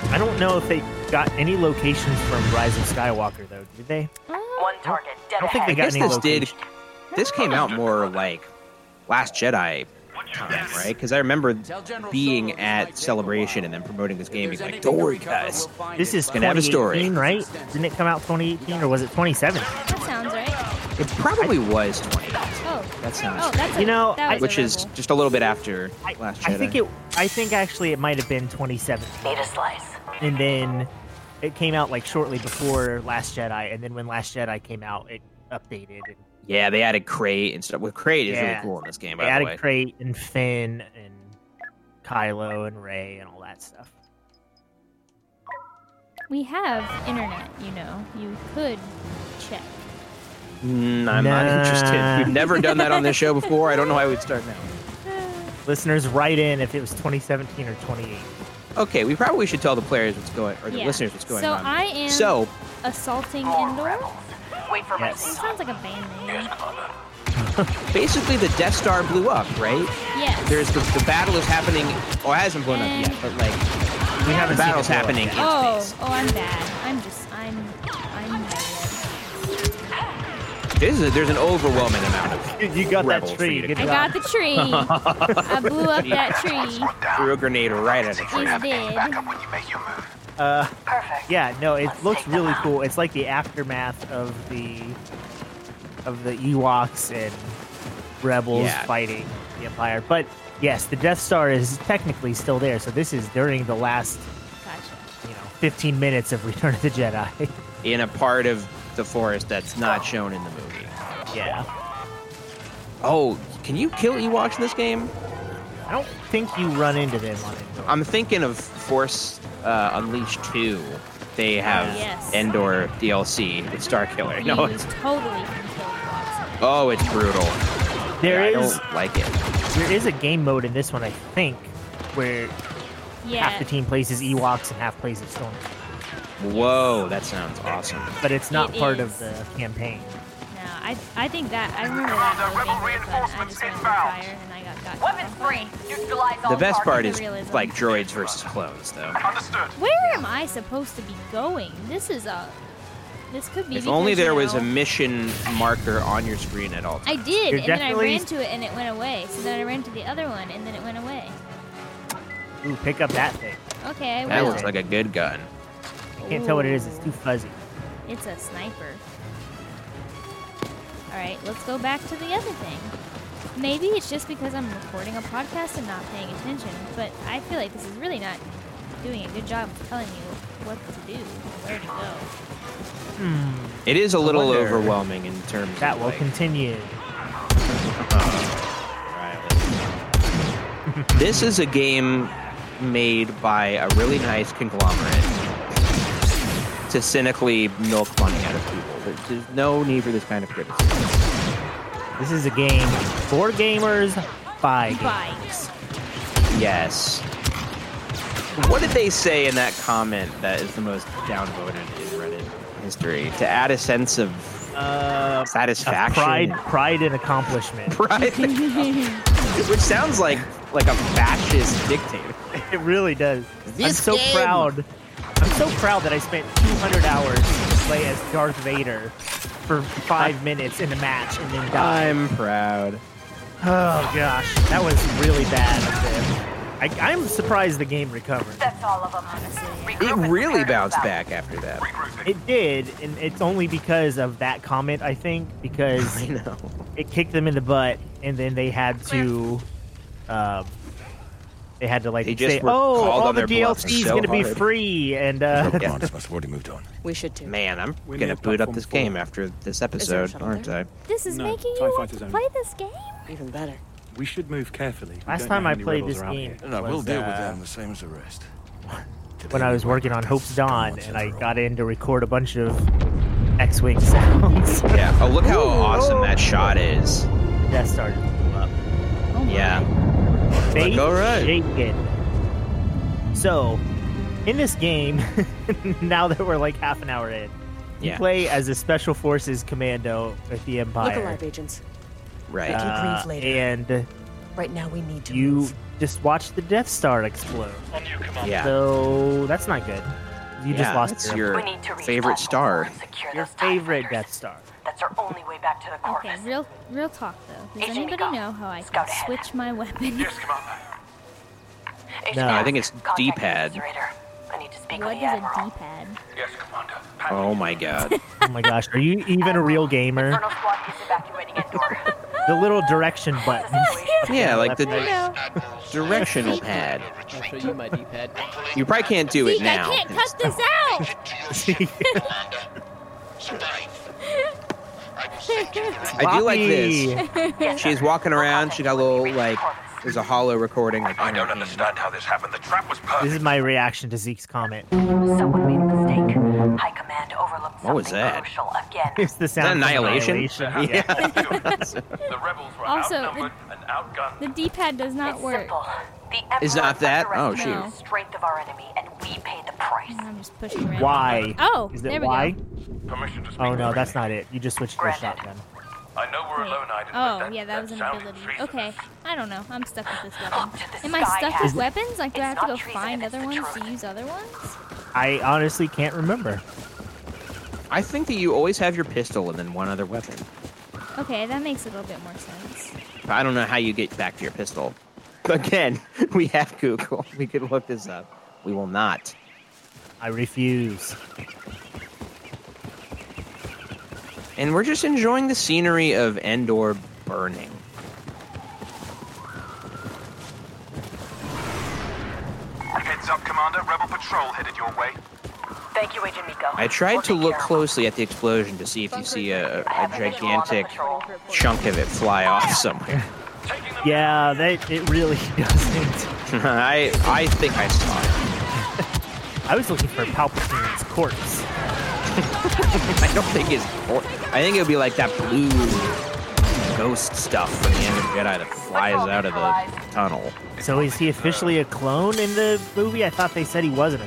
S2: But
S3: I don't know if they got any locations from Rise of Skywalker though, did they?
S9: One target dead
S3: I don't think
S9: ahead.
S3: they
S4: I
S3: got
S4: guess
S3: any
S4: this did.
S3: locations.
S4: This came out more like Last Jedi time, right? Because I remember being at Celebration and then promoting this game, being like, "Don't worry, guys."
S3: This is
S4: Gonna have a story.
S3: 2018, right? Didn't it come out 2018 or was it 2017?
S2: that sounds right.
S4: It probably was 20,
S2: Oh,
S4: That sounds
S2: oh, that's a,
S3: You know,
S2: that
S3: I-
S2: was a
S4: which is
S2: rebel.
S4: just a little bit after
S3: I,
S4: Last Jedi.
S3: I think it. I think actually it might have been 2017,
S9: Need a slice.
S3: and then it came out like shortly before Last Jedi, and then when Last Jedi came out, it updated. And
S4: Yeah, they added Crate and stuff. Well, Crate is
S3: Yeah.
S4: really cool in this game,
S3: they
S4: by the way.
S3: added Crate and Finn and Kylo and Ray and all that stuff.
S2: we have internet. You know, you could check.
S4: Mm, I'm not
S3: Nah.
S4: interested. We've never done that on this show before. I don't know why we'd start now.
S3: Listeners, write in if it was 2017 or 28.
S4: Okay, we probably should tell the players what's going, or the
S2: Yeah.
S4: listeners what's going
S2: so
S4: on.
S2: I am
S4: so
S2: assaulting
S9: More
S2: Endor.
S9: rebels. Wait for
S3: Yes.
S2: It
S9: my
S2: sounds like a band name.
S4: basically, the Death Star blew up, right?
S2: Yes.
S4: There's the, the battle is happening. Oh, it hasn't blown
S2: And-
S4: up yet, but like
S3: We
S4: the
S3: haven't seen
S4: battle's
S3: it blow up
S4: happening.
S3: yet.
S4: in
S2: oh,
S4: space.
S2: oh, I'm bad. I'm just, I'm, I'm bad.
S4: This is, there's an overwhelming amount of.
S3: You got
S4: Rebel
S3: that
S4: for
S3: tree.
S4: you to
S3: Good
S2: I
S3: job.
S2: got the tree. I blew up that tree.
S4: Threw a grenade right at it.
S2: He's dead.
S9: perfect.
S3: Yeah, no, it
S9: Let's
S3: looks
S9: take them
S3: really
S9: out.
S3: cool. It's like the aftermath of the of the Ewoks and rebels
S4: Yeah.
S3: fighting the Empire. But yes, the Death Star is technically still there. So this is during the last,
S2: Gotcha.
S3: you know, 15 minutes of Return of the Jedi.
S4: in a part of the forest that's not shown in the movie.
S3: yeah.
S4: Oh, can you kill Ewoks in this game?
S3: I don't think you run into them on it.
S4: I'm thinking of Force uh, Unleashed 2. They have
S2: Oh, Yes.
S4: Endor DLC with Star Killer. No,
S2: you
S4: it's
S2: totally can kill Watson.
S4: oh, it's brutal.
S3: There
S4: I
S3: is
S4: don't like it.
S3: there is a game mode in this one, I think, where half
S2: Yeah.
S3: the team plays as Ewoks and half plays as Stormtroopers.
S4: Whoa, that sounds awesome.
S3: But it's not
S2: It
S3: part
S2: is.
S3: of the campaign.
S2: No, I, I think that I remember that.
S8: Commander,
S2: really being
S8: rebel
S2: fun. I
S8: reinforcements
S2: just went under
S8: inbound.
S2: fire and I got got.
S9: Weapon free. Neutralize all
S4: The best part
S9: targets.
S4: is
S2: realism.
S4: like droids versus clones, though.
S8: Understood.
S2: Where am I supposed to be going? This is a. This could be.
S4: If only
S2: because,
S4: there
S2: you
S4: was a
S2: know,
S4: mission marker on your screen at all times.
S2: I did,
S3: You're
S2: and then I
S3: definitely-
S2: ran to it and it went away. So then I ran to the other one and then it went away.
S3: Ooh, pick up that thing.
S2: Okay, I
S4: That
S2: will.
S4: looks like a good gun.
S3: I can't tell what it is. It's too fuzzy.
S2: It's a sniper. All right, let's go back to the other thing. Maybe it's just because I'm recording a podcast and not paying attention, but I feel like this is really not doing a good job of telling you what to do, where to go.
S4: It is a little
S3: wonder-
S4: overwhelming in terms of,
S3: That will
S4: like,
S3: continue.
S4: This is a game made by a really nice conglomerate to cynically milk money out of people. There- There's no need for this kind of criticism.
S3: This is a game for gamers by
S2: Bye.
S3: gamers.
S4: Yes. What did they say in that comment that is the most downvoted in Reddit history? To add a sense of
S3: Uh, of
S4: satisfaction,
S3: pride, pride and accomplishment.
S4: pride, which sounds like like a fascist dictator.
S3: It really does. I'm so proud. I'm so proud that I spent 200 hours to play as Darth Vader for five minutes in a match and then died.
S4: I'm proud.
S3: Oh gosh, that was really bad. of them. I, I'm surprised the game recovered.
S9: That's all of them.
S4: It
S9: Regroup and
S4: really
S9: prepare to
S4: bounced
S9: sell.
S4: back after that.
S3: It did, and it's only because of that comment, I think, because
S4: I know.
S3: it kicked them in the butt, and then they had to, um, they had to like
S4: They just
S3: say,
S4: were
S3: "Oh,
S4: called
S3: all
S4: on
S3: the
S4: their bluff
S3: DLC is
S4: so
S3: going to be
S4: hard."
S3: free," and uh,
S1: We should too.
S4: Man, I'm
S7: We
S4: gonna
S7: need
S4: boot up
S7: platform
S4: this
S7: four.
S4: game after this episode,
S1: shuttle
S4: aren't I?
S2: This is
S7: No,
S2: making
S7: TIE
S2: you want
S7: fighters
S2: to
S7: only.
S2: play this game?
S1: Even better.
S7: We should move carefully. We
S3: Last
S7: don't know
S3: time
S7: how
S3: I
S7: many
S3: played
S7: rebels
S3: this
S7: are out
S3: game-
S7: here.
S11: And I will
S3: was,
S11: deal with
S3: uh,
S11: them the same as the rest.
S3: when I was working on Hope's Dawn, and I got in to record a bunch of X-wing sounds,
S4: Yeah. Oh, look how awesome that shot is.
S3: that started to blow up.
S2: Oh my.
S4: Yeah.
S3: Faith
S4: all right.
S3: shaken. So, in this game, now that we're like half an hour in, you
S4: Yeah.
S3: play as a special forces commando with the Empire,
S1: Look-alike agents.
S4: Right.
S1: Uh,
S3: Uh,
S1: Debrief later.
S3: and
S1: Right now we need to
S3: you
S1: move.
S3: just watch the Death Star explode.
S8: On you, Commander.
S4: yeah.
S3: So that's not good. You
S4: Yeah,
S3: just lost
S4: that's
S3: your,
S9: We
S4: your
S9: need to reach
S4: favorite
S9: Admiral Thor
S4: star.
S9: and secure
S3: your
S9: those TIE
S3: favorite
S9: fighters.
S3: Death Star.
S9: That's our only way back to the
S2: Okay,
S9: Corvus.
S2: real real talk though. Does
S9: Agent
S2: anybody
S9: Eagle,
S2: know how I can
S9: scout ahead.
S2: switch my weapon?
S8: Yes, Commander.
S9: Agent
S3: No, I
S9: Ask,
S4: think it's
S9: contact the
S4: D-pad.
S9: Incinerator. I need to speak
S2: What
S9: with
S2: is
S9: the
S2: a
S9: Admiral.
S2: D-pad?
S8: Yes, Commander. Pat-
S4: Oh my god.
S3: Oh my gosh, are you even a real gamer?
S9: Colonel Squad is evacuating Endor.
S3: The little direction button.
S4: Yeah, like the
S2: No.
S4: directional pad.
S6: I'll show you my D-pad.
S4: You probably can't do it
S2: Zeke,
S4: now.
S2: I can't cut this out.
S4: I do like this.
S3: Floppy.
S9: Yes,
S4: She's
S9: sir.
S4: walking
S9: We'll
S4: around.
S9: contact
S4: She got a
S9: you when we
S4: little
S9: reach
S4: like
S9: Corvus.
S4: there's a hollow recording. Like
S8: I
S4: in her
S8: don't
S4: hand.
S8: understand how this happened. The trap was
S3: This is
S8: perfect.
S3: my reaction to Zeke's comment.
S9: Someone made a mistake. High command overlooked something
S4: What was that?
S9: crucial again.
S3: It's the sound of
S4: Annihilation?
S3: annihilation. Yeah.
S8: the rebels were
S2: Also, the-
S8: outnumbered and outgunned.
S2: The D-pad does not
S9: It's
S2: work.
S9: simple. The Emperor
S4: It's not that? Oh,
S9: underestimated
S2: No.
S9: the strength of our enemy, and we paid the price.
S2: I'm just pushing random.
S3: Why?
S2: Oh,
S3: is it
S2: there we
S3: why?
S2: go.
S8: Permission to speak
S3: Oh
S8: with
S3: no,
S8: me.
S3: that's not it. You just switched to a shotgun.
S8: I know we're
S2: Wait.
S8: alone, Iden, but
S2: Oh, yeah, that was an
S8: sounded
S2: ability.
S8: treasonous.
S2: Okay, I don't know. I'm stuck with this weapon.
S9: Up to the
S2: Am I
S9: sky
S2: stuck
S9: hat.
S2: with weapons? Like, do I
S9: It's
S2: have to go
S9: not treason
S2: find
S9: if it's
S2: other
S9: the
S2: ones to
S9: truth.
S2: use other ones?
S3: I honestly can't remember.
S4: I think that you always have your pistol and then one other weapon.
S2: Okay, that makes a little bit more sense.
S4: I don't know how you get back to your pistol. Again, we have Google. We could look this up. We will not.
S3: I refuse.
S4: And we're just enjoying the scenery of Endor burning.
S8: Heads up, Commander. Rebel patrol headed your way.
S9: Thank you, Agent Miko.
S4: I tried
S9: We'll
S4: to
S9: take
S4: look
S9: care of
S4: closely at the explosion to see if you see a, a
S9: I have a visual on the
S4: gigantic
S9: patrol.
S4: chunk of it fly off somewhere.
S8: Taking them
S3: Yeah, that it really doesn't.
S4: I I think I saw it.
S3: I was looking for Palpatine's corpse.
S4: I don't think it's. or- I think it would be like that blue ghost stuff from the end of Jedi that flies out of the tunnel.
S3: So is he officially a clone in the movie? I thought they said he wasn't. A...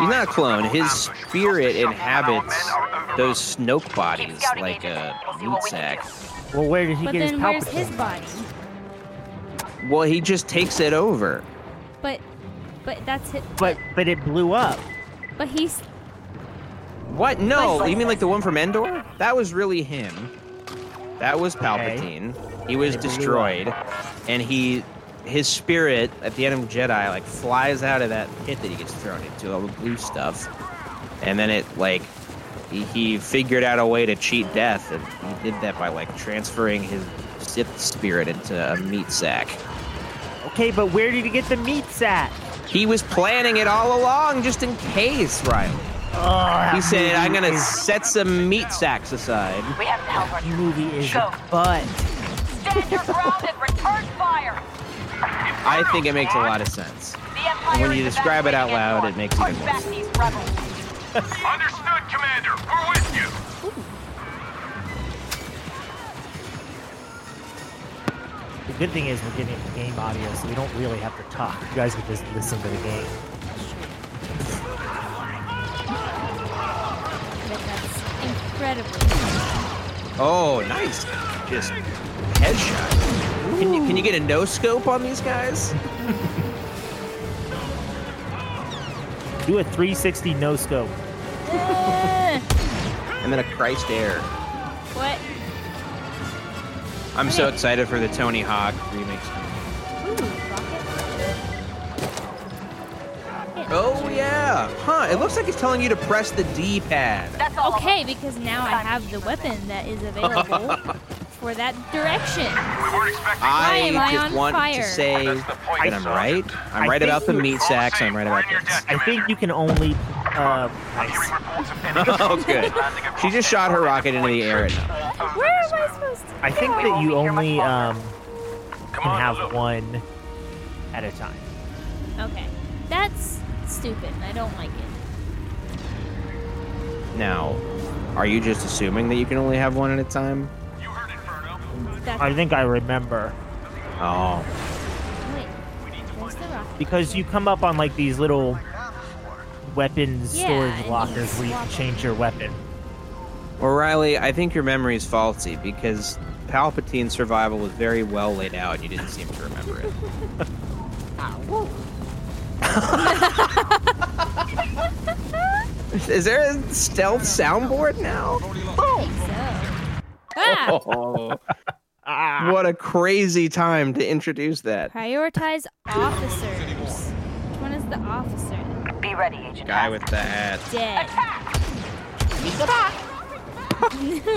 S4: He's not a clone. His spirit inhabits those Snoke bodies like a meat sack.
S3: Well, where did he
S2: But
S3: get his
S2: then where's
S3: Palpatine?
S2: his body?
S4: Well, he just takes it over.
S2: But, but that's it.
S3: But but it blew up.
S2: But he's
S4: What? No, you mean like the one from Endor? That was really him. That was Palpatine. He was destroyed, and he, his spirit at the end of Jedi like flies out of that pit that he gets thrown into, all the blue stuff, and then it like he, he figured out a way to cheat death, and he did that by like transferring his Sith spirit into a meat sack.
S3: Okay, but where did you get the meats at?
S4: He was planning it all along, just in case, Riley.
S3: Oh,
S4: He said, "I'm gonna set some meat sacks aside."
S9: We have to help our
S3: that movie is
S9: Go.
S3: fun.
S9: Stand your ground and return fire!
S4: I think it makes a lot of sense.
S9: The Empire
S4: When
S9: is
S4: you
S9: the
S4: describe
S9: best
S4: it out
S9: way to end
S4: loud,
S9: war.
S4: it makes
S9: Push
S4: even
S9: back these rebels.
S8: Understood, Commander. We're with you.
S3: The good thing is we're getting game audio, so we don't really have to talk. You guys can just listen to the game.
S2: But that's incredibly.
S4: Oh, nice! Just headshot. Can you can you get a no scope on these guys?
S3: Do a 360 no scope.
S2: Uh,
S4: And then a Christ air.
S2: what?
S4: I'm so excited for the Tony Hawk remix.
S2: Ooh, rocket.
S4: Oh yeah, huh? It looks like it's telling you to press the D-pad.
S9: That's all.
S2: Okay, because now I have the weapon that is available for that direction.
S8: We weren't expecting
S2: Why
S4: I
S2: am I
S4: just
S2: on
S4: want
S2: fire?
S4: to say
S8: That's the point,
S4: that I'm right. I'm
S3: I
S4: right
S3: think
S4: about the
S3: you-
S4: meat
S8: All
S4: sacks.
S8: safe.
S4: I'm right
S8: We're
S4: about
S8: in your
S4: this.
S8: deck.
S3: I think you can only. Uh,
S8: Hearing
S3: nice.
S8: reports of
S4: Oh,
S8: enemy
S4: good. She just shot her rocket into the air. At
S2: Where am I supposed to?
S3: I think
S9: We
S3: that
S9: won't
S3: you
S9: be here much
S3: only um,
S8: Come
S3: can
S8: on,
S3: have
S8: look.
S3: one at a time.
S2: Okay, that's stupid. and I don't like it.
S4: now, are you just assuming that you can only have one at a time?
S8: You heard Inferno.
S2: That's
S3: I think I remember
S4: Oh,
S2: wait. Where's the rocket?
S3: because you come up on like these little weapons
S2: Yeah, and
S3: storage
S2: you
S3: lockers where you
S2: swap
S3: can
S2: them.
S3: change your weapon.
S4: well, Riley, I think your memory's faulty because Palpatine's survival was very well laid out. and You didn't seem to remember it. Is there a stealth soundboard now?
S2: I think so. Ah!
S4: Oh,
S3: Ah,
S4: what a crazy time to introduce that.
S2: Prioritize officers. Which one is the officer?
S9: Be ready, Agent
S4: Guy
S9: Hack.
S4: with the hat.
S2: Dead.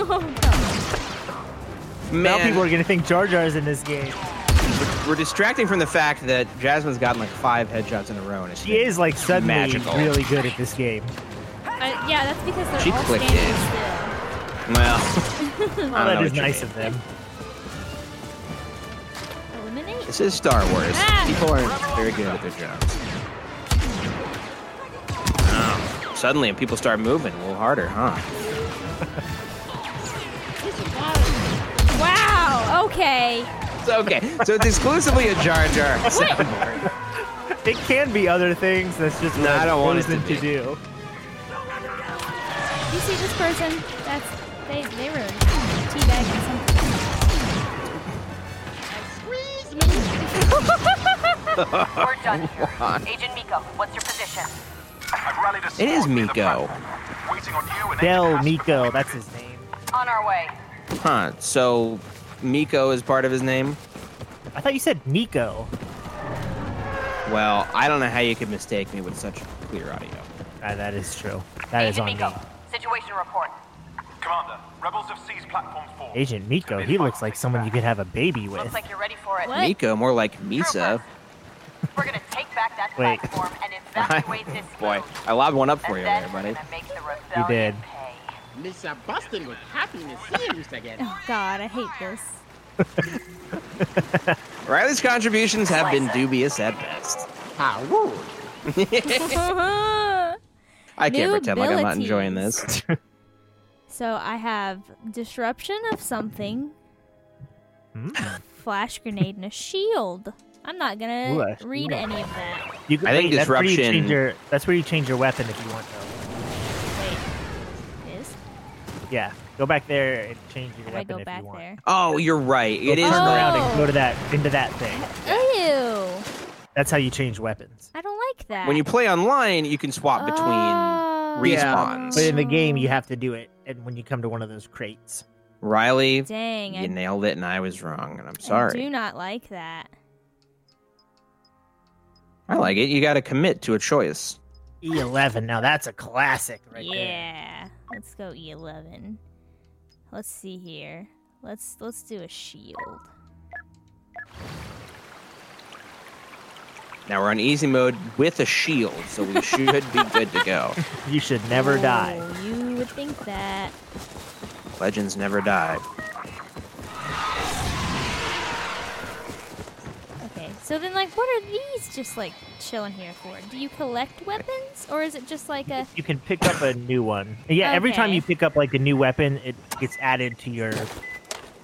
S2: no, no.
S3: now
S4: Man,
S3: people are gonna think Jar Jar's in this game.
S4: we're distracting from the fact that Jasmine's gotten like five headshots in a row, and it's
S3: She is like suddenly
S4: Magical.
S3: really good at this game.
S2: I, Uh, yeah, that's because they're
S4: She
S2: all
S4: clicked
S2: standing
S4: it.
S2: still.
S4: well. I don't know
S3: that is
S4: what you
S3: nice
S4: mean.
S3: of them.
S2: Eliminate.
S4: This is Star Wars.
S2: Ah!
S4: People aren't very good at their jobs. Oh, suddenly, if people start moving a little harder, huh?
S2: Wow. Okay.
S4: It's okay. So it's exclusively a Jar Jar soundboard.
S3: It can be other things. That's just what
S4: No, I
S3: I've
S4: don't want it
S3: chosen
S4: to be.
S3: do.
S2: You see this person? That's they. They were teabagging something.
S9: We're done here. Agent Miko, what's your position?
S8: I've rallied a
S4: It is
S8: squad near the
S4: Miko,
S8: front. Waiting on you and
S3: Del
S8: Agent
S3: Nico,
S8: Asper.
S3: that's his name.
S9: On our way.
S4: huh? So Miko is part of his name.
S3: I thought you said Nico.
S4: Well, I don't know how you could mistake me with such clear audio.
S3: Ah, that is true. That is
S9: Agent
S3: on
S9: Miko,
S3: me.
S9: situation report.
S8: Commander, rebels have seized platform four.
S3: Agent Nico, he looks like someone you could have a baby with.
S9: Looks like you're ready for it.
S2: What?
S4: Miko, more like Misa.
S9: We're gonna take back that
S3: Wait.
S9: platform and evacuate this
S4: Boy,
S9: node.
S4: I lobbed one up for you
S9: And
S4: there,
S9: then we're
S4: buddy.
S9: gonna make the rebellion
S3: did.
S9: pay.
S11: Mr. Bustin with happiness seeing you again.
S2: Oh God, I hate this.
S4: Riley's contributions have been
S9: Slice it.
S4: dubious at best.
S11: How rude.
S4: I can't pretend like I'm not enjoying
S2: Nobilities.
S4: this.
S2: so I have disruption of something,
S3: Hmm.
S2: flash grenade, and a shield. I'm not gonna
S3: Ooh, a
S2: read
S3: shield.
S2: any of that.
S3: You could-
S4: I think
S3: that's where you
S4: disruption-
S3: change your- that's where you change your weapon if you want to.
S2: Wait, this?
S3: Yeah, go back there and change your
S2: How do I
S3: weapon
S2: go
S3: if
S2: back
S3: you want.
S2: there?
S4: Oh, you're right. It is.
S3: Turn
S2: Oh.
S3: around and go to that into that thing.
S2: Ew!
S3: That's how you change weapons.
S2: I don't like that.
S4: When you play online, you can swap between
S2: Oh.
S4: respawns.
S3: But in the game, you have to do it, and when you come to one of those crates,
S4: Riley,
S2: Dang, I
S4: you nailed it, and I was wrong, and I'm
S2: I do
S4: sorry.
S2: not like that.
S4: I,
S3: E
S4: like it. You got to commit to a choice.
S3: E11. Now that's a classic, right
S2: yeah. Let's go E11. Let's see here. Let's let's do a shield.
S4: Now we're on easy mode with a shield, so we should be good to go.
S3: You should never die.
S2: Oh, You would think that.
S4: Legends never die.
S2: Okay, so then like, what are these just like chilling here for? Do you collect weapons, or is it just like a?
S3: You can pick up a new one. Yeah, every time
S2: Okay.
S3: you pick up like a new weapon, it gets added to your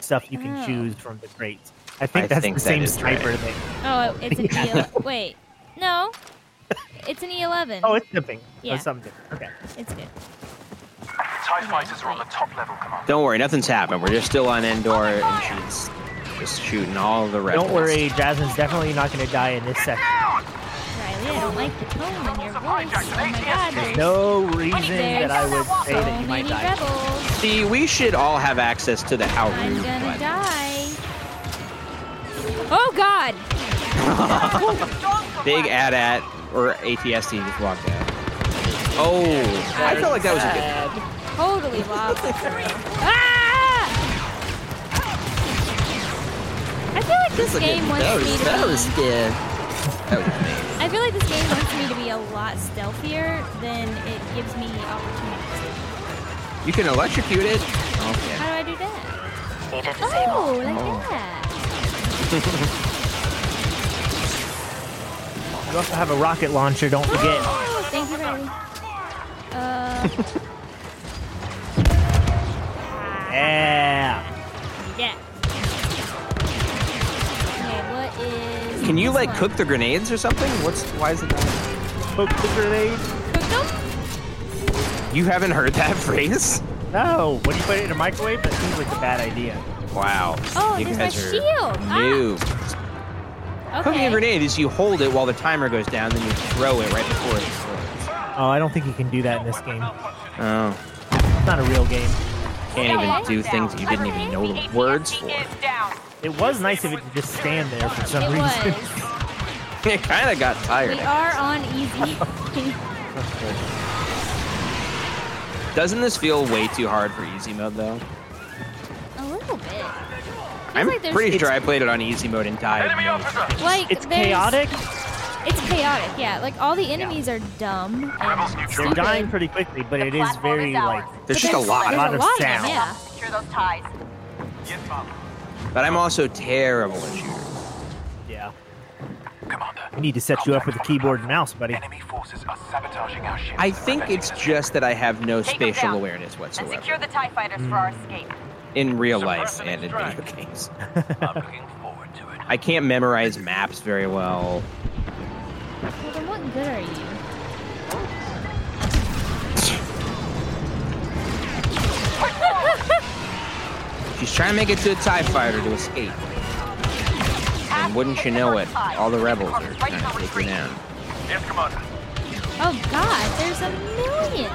S3: stuff you can
S2: Oh.
S3: choose from the crates. I think
S4: I
S3: that's
S4: think
S3: the
S4: that
S3: same
S4: is right.
S3: sniper thing.
S2: Oh, it- it's an E11. Wait, no, it's an E11.
S3: Oh, it's dipping.
S2: Yeah.
S3: Or something. Okay.
S2: it's good.
S8: TIE fighters are on the top level, Commander.
S4: Don't worry, nothing's happened. We're just still on Endor, and she's just shooting all the rebels.
S3: Don't worry, Jasmine's definitely not going to die in this section.
S2: Riley, I don't like the tone in your voice. Oh my God, there's
S3: No reason
S2: there's
S3: that I would say
S2: so
S3: that you might
S2: many
S3: die.
S2: rebels.
S4: See, we should all have access to the how
S2: I'm
S4: rude
S2: gonna
S4: button.
S2: die. Oh God!
S4: Big AT-AT or ATST just walked out. Oh, I felt like that was a good.
S2: Totally lost. it, bro. ah! I feel like this
S4: Look at-
S2: game wants
S4: that was,
S2: me to
S4: that
S2: be.
S4: was good. That was amazing.
S2: I feel like this game wants me to be a lot stealthier than it gives me opportunities.
S4: You can electrocute it. Okay.
S2: How do I do that?
S9: Need to disable.
S2: Oh, like that.
S3: You also have a rocket launcher, don't forget.
S2: Oh, thank you, Riley. Uh,
S3: Yeah.
S2: yeah. Okay, what is?
S4: Can you
S2: this
S4: like
S2: one?
S4: cook the grenades or something? What's why is it? Not...
S3: Poke the grenade.
S2: Cook them?
S4: You haven't heard that phrase?
S3: No. What do you put it in a microwave? That seems like a bad idea.
S4: Wow.
S2: Oh,
S4: you
S2: there's my
S4: guys are
S2: shield.
S4: new.
S2: Ah,
S4: Cooking
S2: okay.
S4: a grenade is you hold it while the timer goes down, then you throw it right before it explodes.
S3: Oh, I don't think you can do that in this game.
S4: Oh.
S3: It's not a real game.
S4: Can't even
S2: Okay.
S4: do things that you didn't even know the words for.
S3: It was nice if it could just stand there for some
S2: It
S3: reason.
S2: was.
S4: It kind of got
S2: We
S4: tired.
S2: are on easy.
S4: Doesn't this feel way too hard for easy mode though?
S2: a little bit.
S4: I'm
S2: like there's-
S4: pretty
S2: It's-
S4: sure I played it on easy mode and died.
S8: Enemy
S4: many
S8: officer!
S2: Like
S3: It's
S2: there's-
S3: chaotic.
S2: It's chaotic. Yeah, like all the enemies are dumb. and
S8: Rebels neutral.
S3: They're
S2: stupid.
S3: dying pretty quickly, but it is
S9: platform
S3: very
S9: is ours.
S3: like
S4: There's
S2: But
S4: just a lot.
S2: There's
S3: Lot
S2: a
S3: of
S2: lot of them.
S3: sound.
S2: Yeah.
S9: Secure those ties.
S8: Yes, Commander.
S4: But I'm also terrible at shooters.
S3: yeah.
S8: Commander,
S3: We need to set you up with a keyboard and mouse, buddy.
S8: enemy forces are sabotaging our ship.
S4: I think it's just that I have no
S9: Take 'em
S4: spatial
S9: down.
S4: awareness
S9: And secure
S4: whatsoever
S9: the TIE fighters
S3: Mm.
S9: for our escape.
S4: in real
S8: Suppress
S4: life
S8: and
S4: and in video
S8: extract.
S4: games.
S8: I'm looking forward to it.
S4: I can't memorize maps very well.
S2: Well, then what good are you?
S4: She's trying to make it to a TIE fighter to escape. And wouldn't you know it, all the rebels are trying to take her down.
S8: Yes, Commander.
S2: Oh God, there's a million.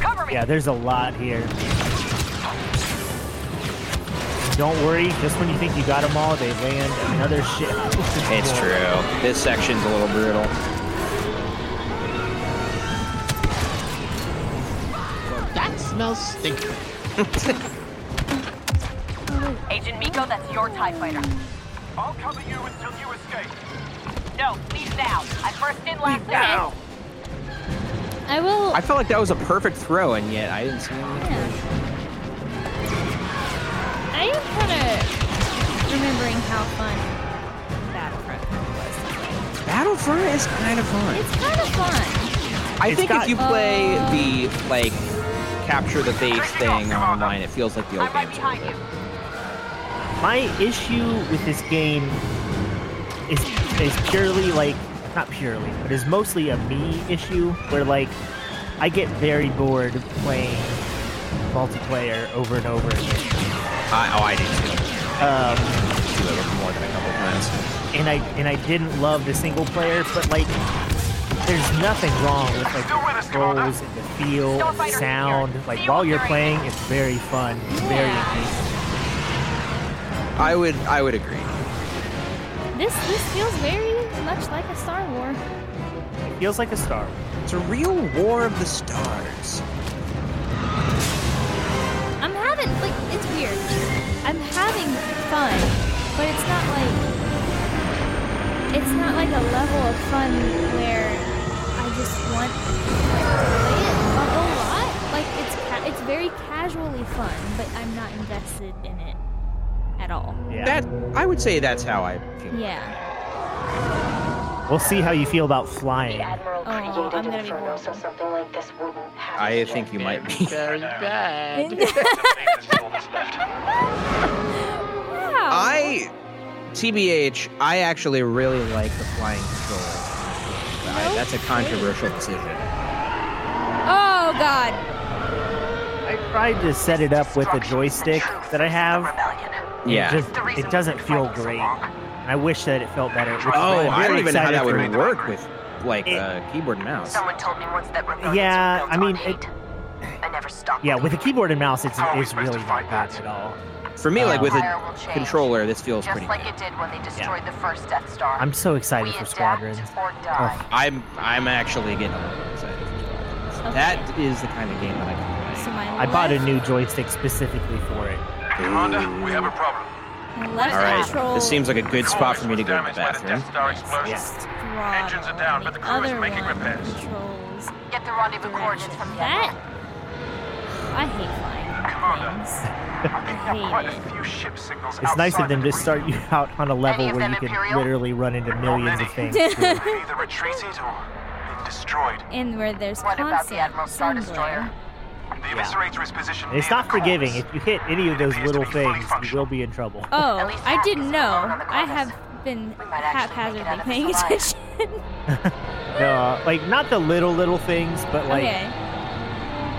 S9: Cover me.
S3: Yeah, there's a lot here. Don't worry, just when you think you got them all, they land another ship.
S4: It's true. This section's a little brutal.
S11: That smells stinky.
S9: Agent Miko, that's your TIE fighter.
S8: I'll cover you until you escape.
S9: No, leave now. I first in, last out.
S2: I will.
S4: I felt like that was a perfect throw, and yet I didn't see anything.
S2: yeah. I am kind of remembering how fun Battlefront was.
S4: Battlefront is kind of fun.
S2: It's kind of fun.
S4: I
S3: It's
S4: think
S3: got-
S4: if you play the like capture the face thing online, it feels like the old
S9: I'm right
S4: games.
S9: behind you.
S3: My issue with this game is is purely like not purely, but is mostly a me issue where like I get very bored playing multiplayer over and over again.
S4: I, oh, I do too.
S3: Um,
S4: I do it more than a couple times.
S3: and I and I didn't love the single player, but like there's nothing wrong with like the controls and the feel and the sound. Like while you're playing, it's very fun, it's very
S2: Yeah.
S3: engaging.
S4: I would, I would agree.
S2: This this feels very much like a Star Wars.
S3: It feels like a Star. Wars.
S4: It's a real War of the Stars.
S2: weird. I'm having fun, but it's not like it's not like a level of fun where I just want to play it a whole lot. Like it's ca- it's very casually fun, but I'm not invested in it at all.
S4: That I would say that's how I feel.
S2: Yeah.
S3: We'll see how you feel about flying.
S9: Admiral
S2: Oh,
S9: created
S2: I'm gonna be
S9: Inferno so something like this wouldn't happen.
S4: I think you might be.
S11: Very bad.
S2: wow.
S4: I, TBH, I actually really like the flying controller. I- that's a controversial decision.
S2: Oh God.
S3: I tried to set it up with a joystick that I have. and
S4: Yeah.
S3: It, just, it doesn't feel great. And I wish that it felt better. which is why
S4: Oh,
S3: I'm
S4: I
S3: really
S4: don't even know how
S3: excited
S4: that
S3: for
S4: would
S3: it.
S4: work with like
S3: It-
S4: uh, keyboard and mouse.
S9: Someone told me once that rebellions
S3: Yeah,
S9: were built
S3: I mean,
S9: on hate.
S3: it-
S9: I never stopped.
S3: Yeah, with a keyboard and mouse, it's,
S8: How are Oh, we
S3: it's
S8: supposed
S3: really
S8: to
S3: not
S8: fight
S3: bad
S8: that?
S3: at all.
S4: For me, like with
S9: Empire will
S4: a
S9: change,
S4: controller, this feels
S9: Just
S4: pretty
S9: like
S4: good.
S9: it did when they destroyed the first Death Star.
S3: I'm so
S9: we
S3: excited for
S9: adapt
S3: Squadrons.
S9: or die.
S4: I'm I'm actually getting a little excited.
S2: Okay.
S4: That is the kind of game that I can play.
S2: So my
S3: I bought a
S2: left-
S3: new joystick specifically for it.
S8: Commander, we have a problem.
S2: my left
S4: All right,
S2: control
S4: this seems like a good spot for me to go to the
S8: Damaged by the
S4: bathroom.
S8: Death Star
S2: is
S8: explosion.
S2: throttle,
S8: Engines are down, but the crew is
S2: other
S8: making
S2: one
S8: repairs.
S2: Controls
S9: Get the rendezvous
S2: direction.
S9: coordinates from the
S2: That
S9: Admiral.
S2: I hate
S8: I'm picking up
S2: Hate
S8: quite
S2: it.
S8: a few ship signals
S3: It's nice of
S8: outside
S3: them
S8: the
S3: to start you out on a level
S9: of
S3: where
S9: them
S3: you can
S9: Imperial?
S3: literally run into millions of things.
S2: flying things.
S8: debris. Either retreated or been destroyed.
S2: and where there's
S9: What about the
S2: constant
S9: Admiral Star
S2: sun
S9: Destroyer?
S2: glare.
S8: The eviscerator is positioned
S3: And it's
S8: near
S3: not
S8: the cores.
S3: forgiving. If you hit any of those
S8: appears to
S3: little
S8: be fully
S3: things, you
S8: functional.
S3: will be in trouble.
S2: Oh,
S9: At least
S2: I
S9: half
S2: didn't
S9: is
S2: know.
S9: alone on the
S2: I have
S9: compass.
S2: been
S9: We might actually make it out
S2: haphazardly
S9: of
S2: paying
S9: this alive.
S2: attention.
S3: no, Uh, like not the little little things, but like
S2: okay.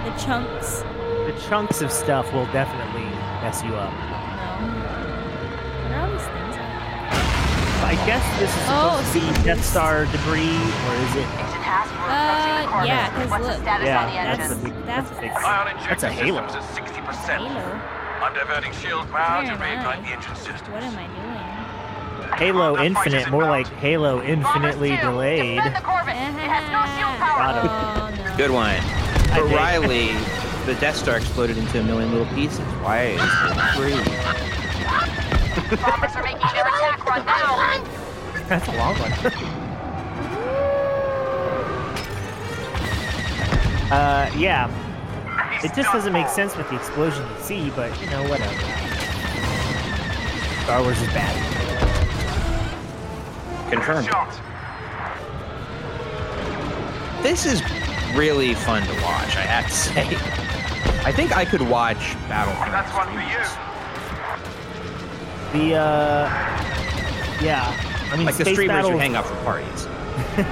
S2: The chunks.
S3: the chunks of stuff will definitely mess you up.
S2: No. What are all these things?
S3: But I guess this is
S2: Oh,
S3: supposed to be
S2: see,
S3: Death
S2: this-
S3: Star debris, or is it?
S9: Engine has. We're approaching the
S2: Uh,
S9: coordinates.
S2: yeah, 'cause
S9: What's
S2: look.
S9: the status
S3: Yeah,
S9: on the
S3: that's
S9: engines?
S3: a big- that's a big-
S8: Ion
S3: That's a
S8: injector
S3: halo.
S8: systems at 60%.
S2: Halo.
S8: I'm diverting shield power
S2: Where
S8: to
S2: am
S8: reignite
S2: I?
S8: the engine systems.
S2: What am I doing?
S3: Halo
S8: That fight is
S3: Infinite, more
S8: inbound.
S3: like Halo Infinitely
S9: Bombers two,
S3: Delayed.
S9: Defend the Corvette. It has no shield power.
S2: Got him. Ah. Oh, no.
S4: Good one. For
S3: think.
S4: Riley, the Death Star exploded into a million little pieces. Why is it free?
S9: Bombers are making their attack run now.
S3: That's a long one. uh, yeah. It just doesn't make sense with the explosion you see, but you know, whatever. Star Wars is bad.
S4: Confirmed.
S8: Shot.
S4: This is really fun to watch, I have to say. I think I could watch Battlefront.
S8: That's one for you.
S3: The, uh, yeah. I mean,
S4: Like the
S3: space
S4: streamers
S3: battles,
S4: who hang out for parties.
S3: you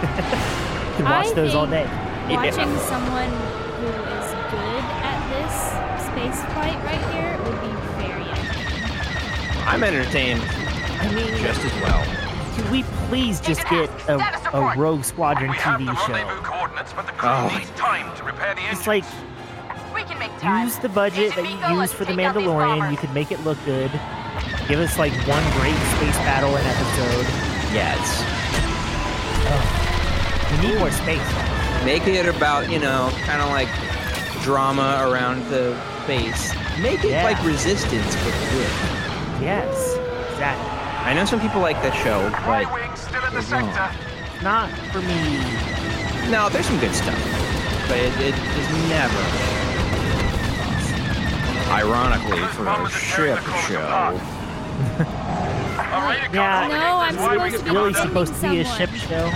S3: can watch
S2: I
S3: those all
S2: think
S3: day.
S2: Watching someone who is good at this space flight right here would be very entertaining.
S4: I'm entertained
S3: I mean,
S4: just as well.
S3: can we please just get a, a Rogue Squadron
S8: We have the
S3: TV show?
S8: rendezvous coordinates, but the crew
S4: Oh.
S8: needs time to repair the engine.
S3: It's like,
S9: We can make time.
S3: use the budget that
S9: Agent Miko,
S3: you use
S9: let's
S3: for The
S9: take out these
S3: Mandalorian.
S9: bombers.
S3: You could make it look good. Give us, like, one great space battle an episode.
S4: Yeah, it's
S3: We need more space.
S4: make it about, you know, kind of like drama around the base. Make it
S3: Yeah.
S4: like resistance for good.
S3: Yes, exactly.
S4: I know some people like that show,
S8: Right
S4: but
S8: wing still in the
S4: There's no-
S8: sector.
S3: Not for me.
S4: no, there's some good stuff. But it, it is never. Ironically, for a ship show.
S8: Alright,
S3: Yeah.
S2: No, I'm supposed to be
S3: Really
S2: defending
S3: supposed to be a
S2: someone.
S3: ship show?
S2: I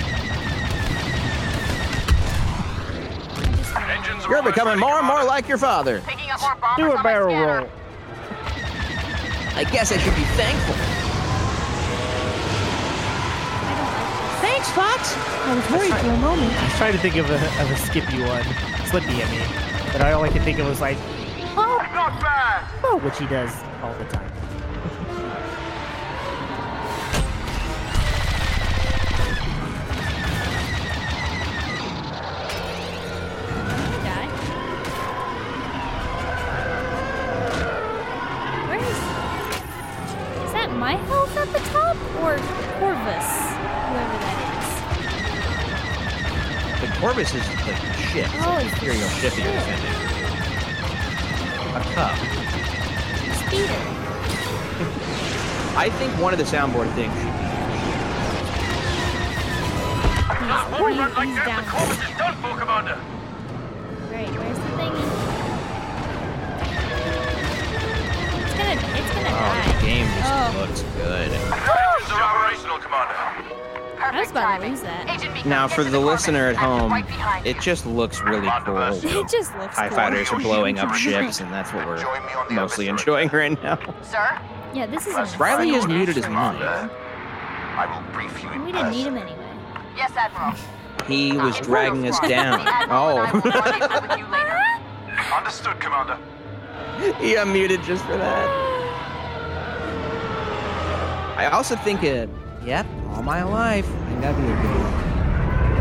S2: just wanna-
S8: Engines are
S4: You're
S8: almost
S4: becoming
S8: ready,
S4: more and more
S8: Commander.
S4: like your father.
S9: Picking up more bombers
S3: Do
S9: on
S3: a
S9: my
S3: barrel
S9: scanner.
S3: roll.
S4: I guess I should be thankful. Thanks, Fox. I was worried for a moment.
S3: I was trying to think of a, of a Skippy one. Slippy, I mean. But I all I could think of was like,
S8: Not bad.
S3: oh, which he does all the time.
S2: die? Where is... Is that my health at the top? Or Corvus? Whoever that is.
S4: The Corvus is like the ship. It's
S2: Oh,
S4: like
S2: it's
S4: the Imperial
S2: the
S4: ship that you're
S2: ship.
S4: defending. A cup.
S2: It's the defeated.
S4: I think one of the soundboard things.
S2: He's, he, he's down.
S8: Corvus is done for, Commander.
S2: Great. Where's the thingy? It's gonna. It's gonna
S4: Oh,
S2: die.
S4: the game
S2: Oh.
S4: just looks good.
S8: Engines are operational, Commander.
S2: I was about to lose that.
S4: Now, for the listener at home, it just looks really cool.
S2: It just looks.
S4: TIE
S2: cool.
S4: fighters are blowing up ships, and that's what we're mostly enjoying right now.
S9: Sir?
S2: Yeah, this is. an
S4: Riley is
S2: insane
S4: muted as
S2: action.
S4: mine.
S8: I will brief you in
S2: We didn't need
S8: person.
S2: him anyway.
S9: Yes, Admiral.
S4: He was dragging us down. Oh,
S8: Understood, Commander.
S4: he unmuted just for that. I also think it. Yep, all my life. I think that'd be a good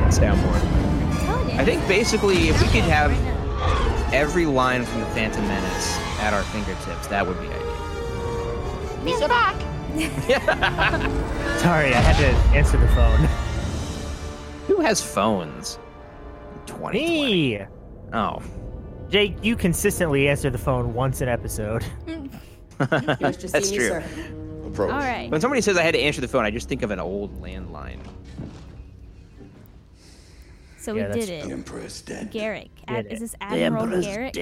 S4: soundboard.
S2: I'm telling you.
S4: I think basically, if we could have
S2: Right now.
S4: every line from the Phantom Menace at our fingertips, that would be ideal.
S11: He's back.
S3: Sorry, I had to answer the phone.
S4: Who has phones? Twenty.
S3: Me,
S4: Oh,
S3: Jake, you consistently answer the phone once an episode.
S4: that's true.
S2: All right.
S4: When somebody says I had to answer the phone, I just think of an old landline.
S2: So
S3: Yeah,
S2: we
S3: that's
S2: did it.
S6: Empress dead.
S2: Garrick.
S3: Did
S2: Ad-
S3: it.
S2: is this Admiral Garrick?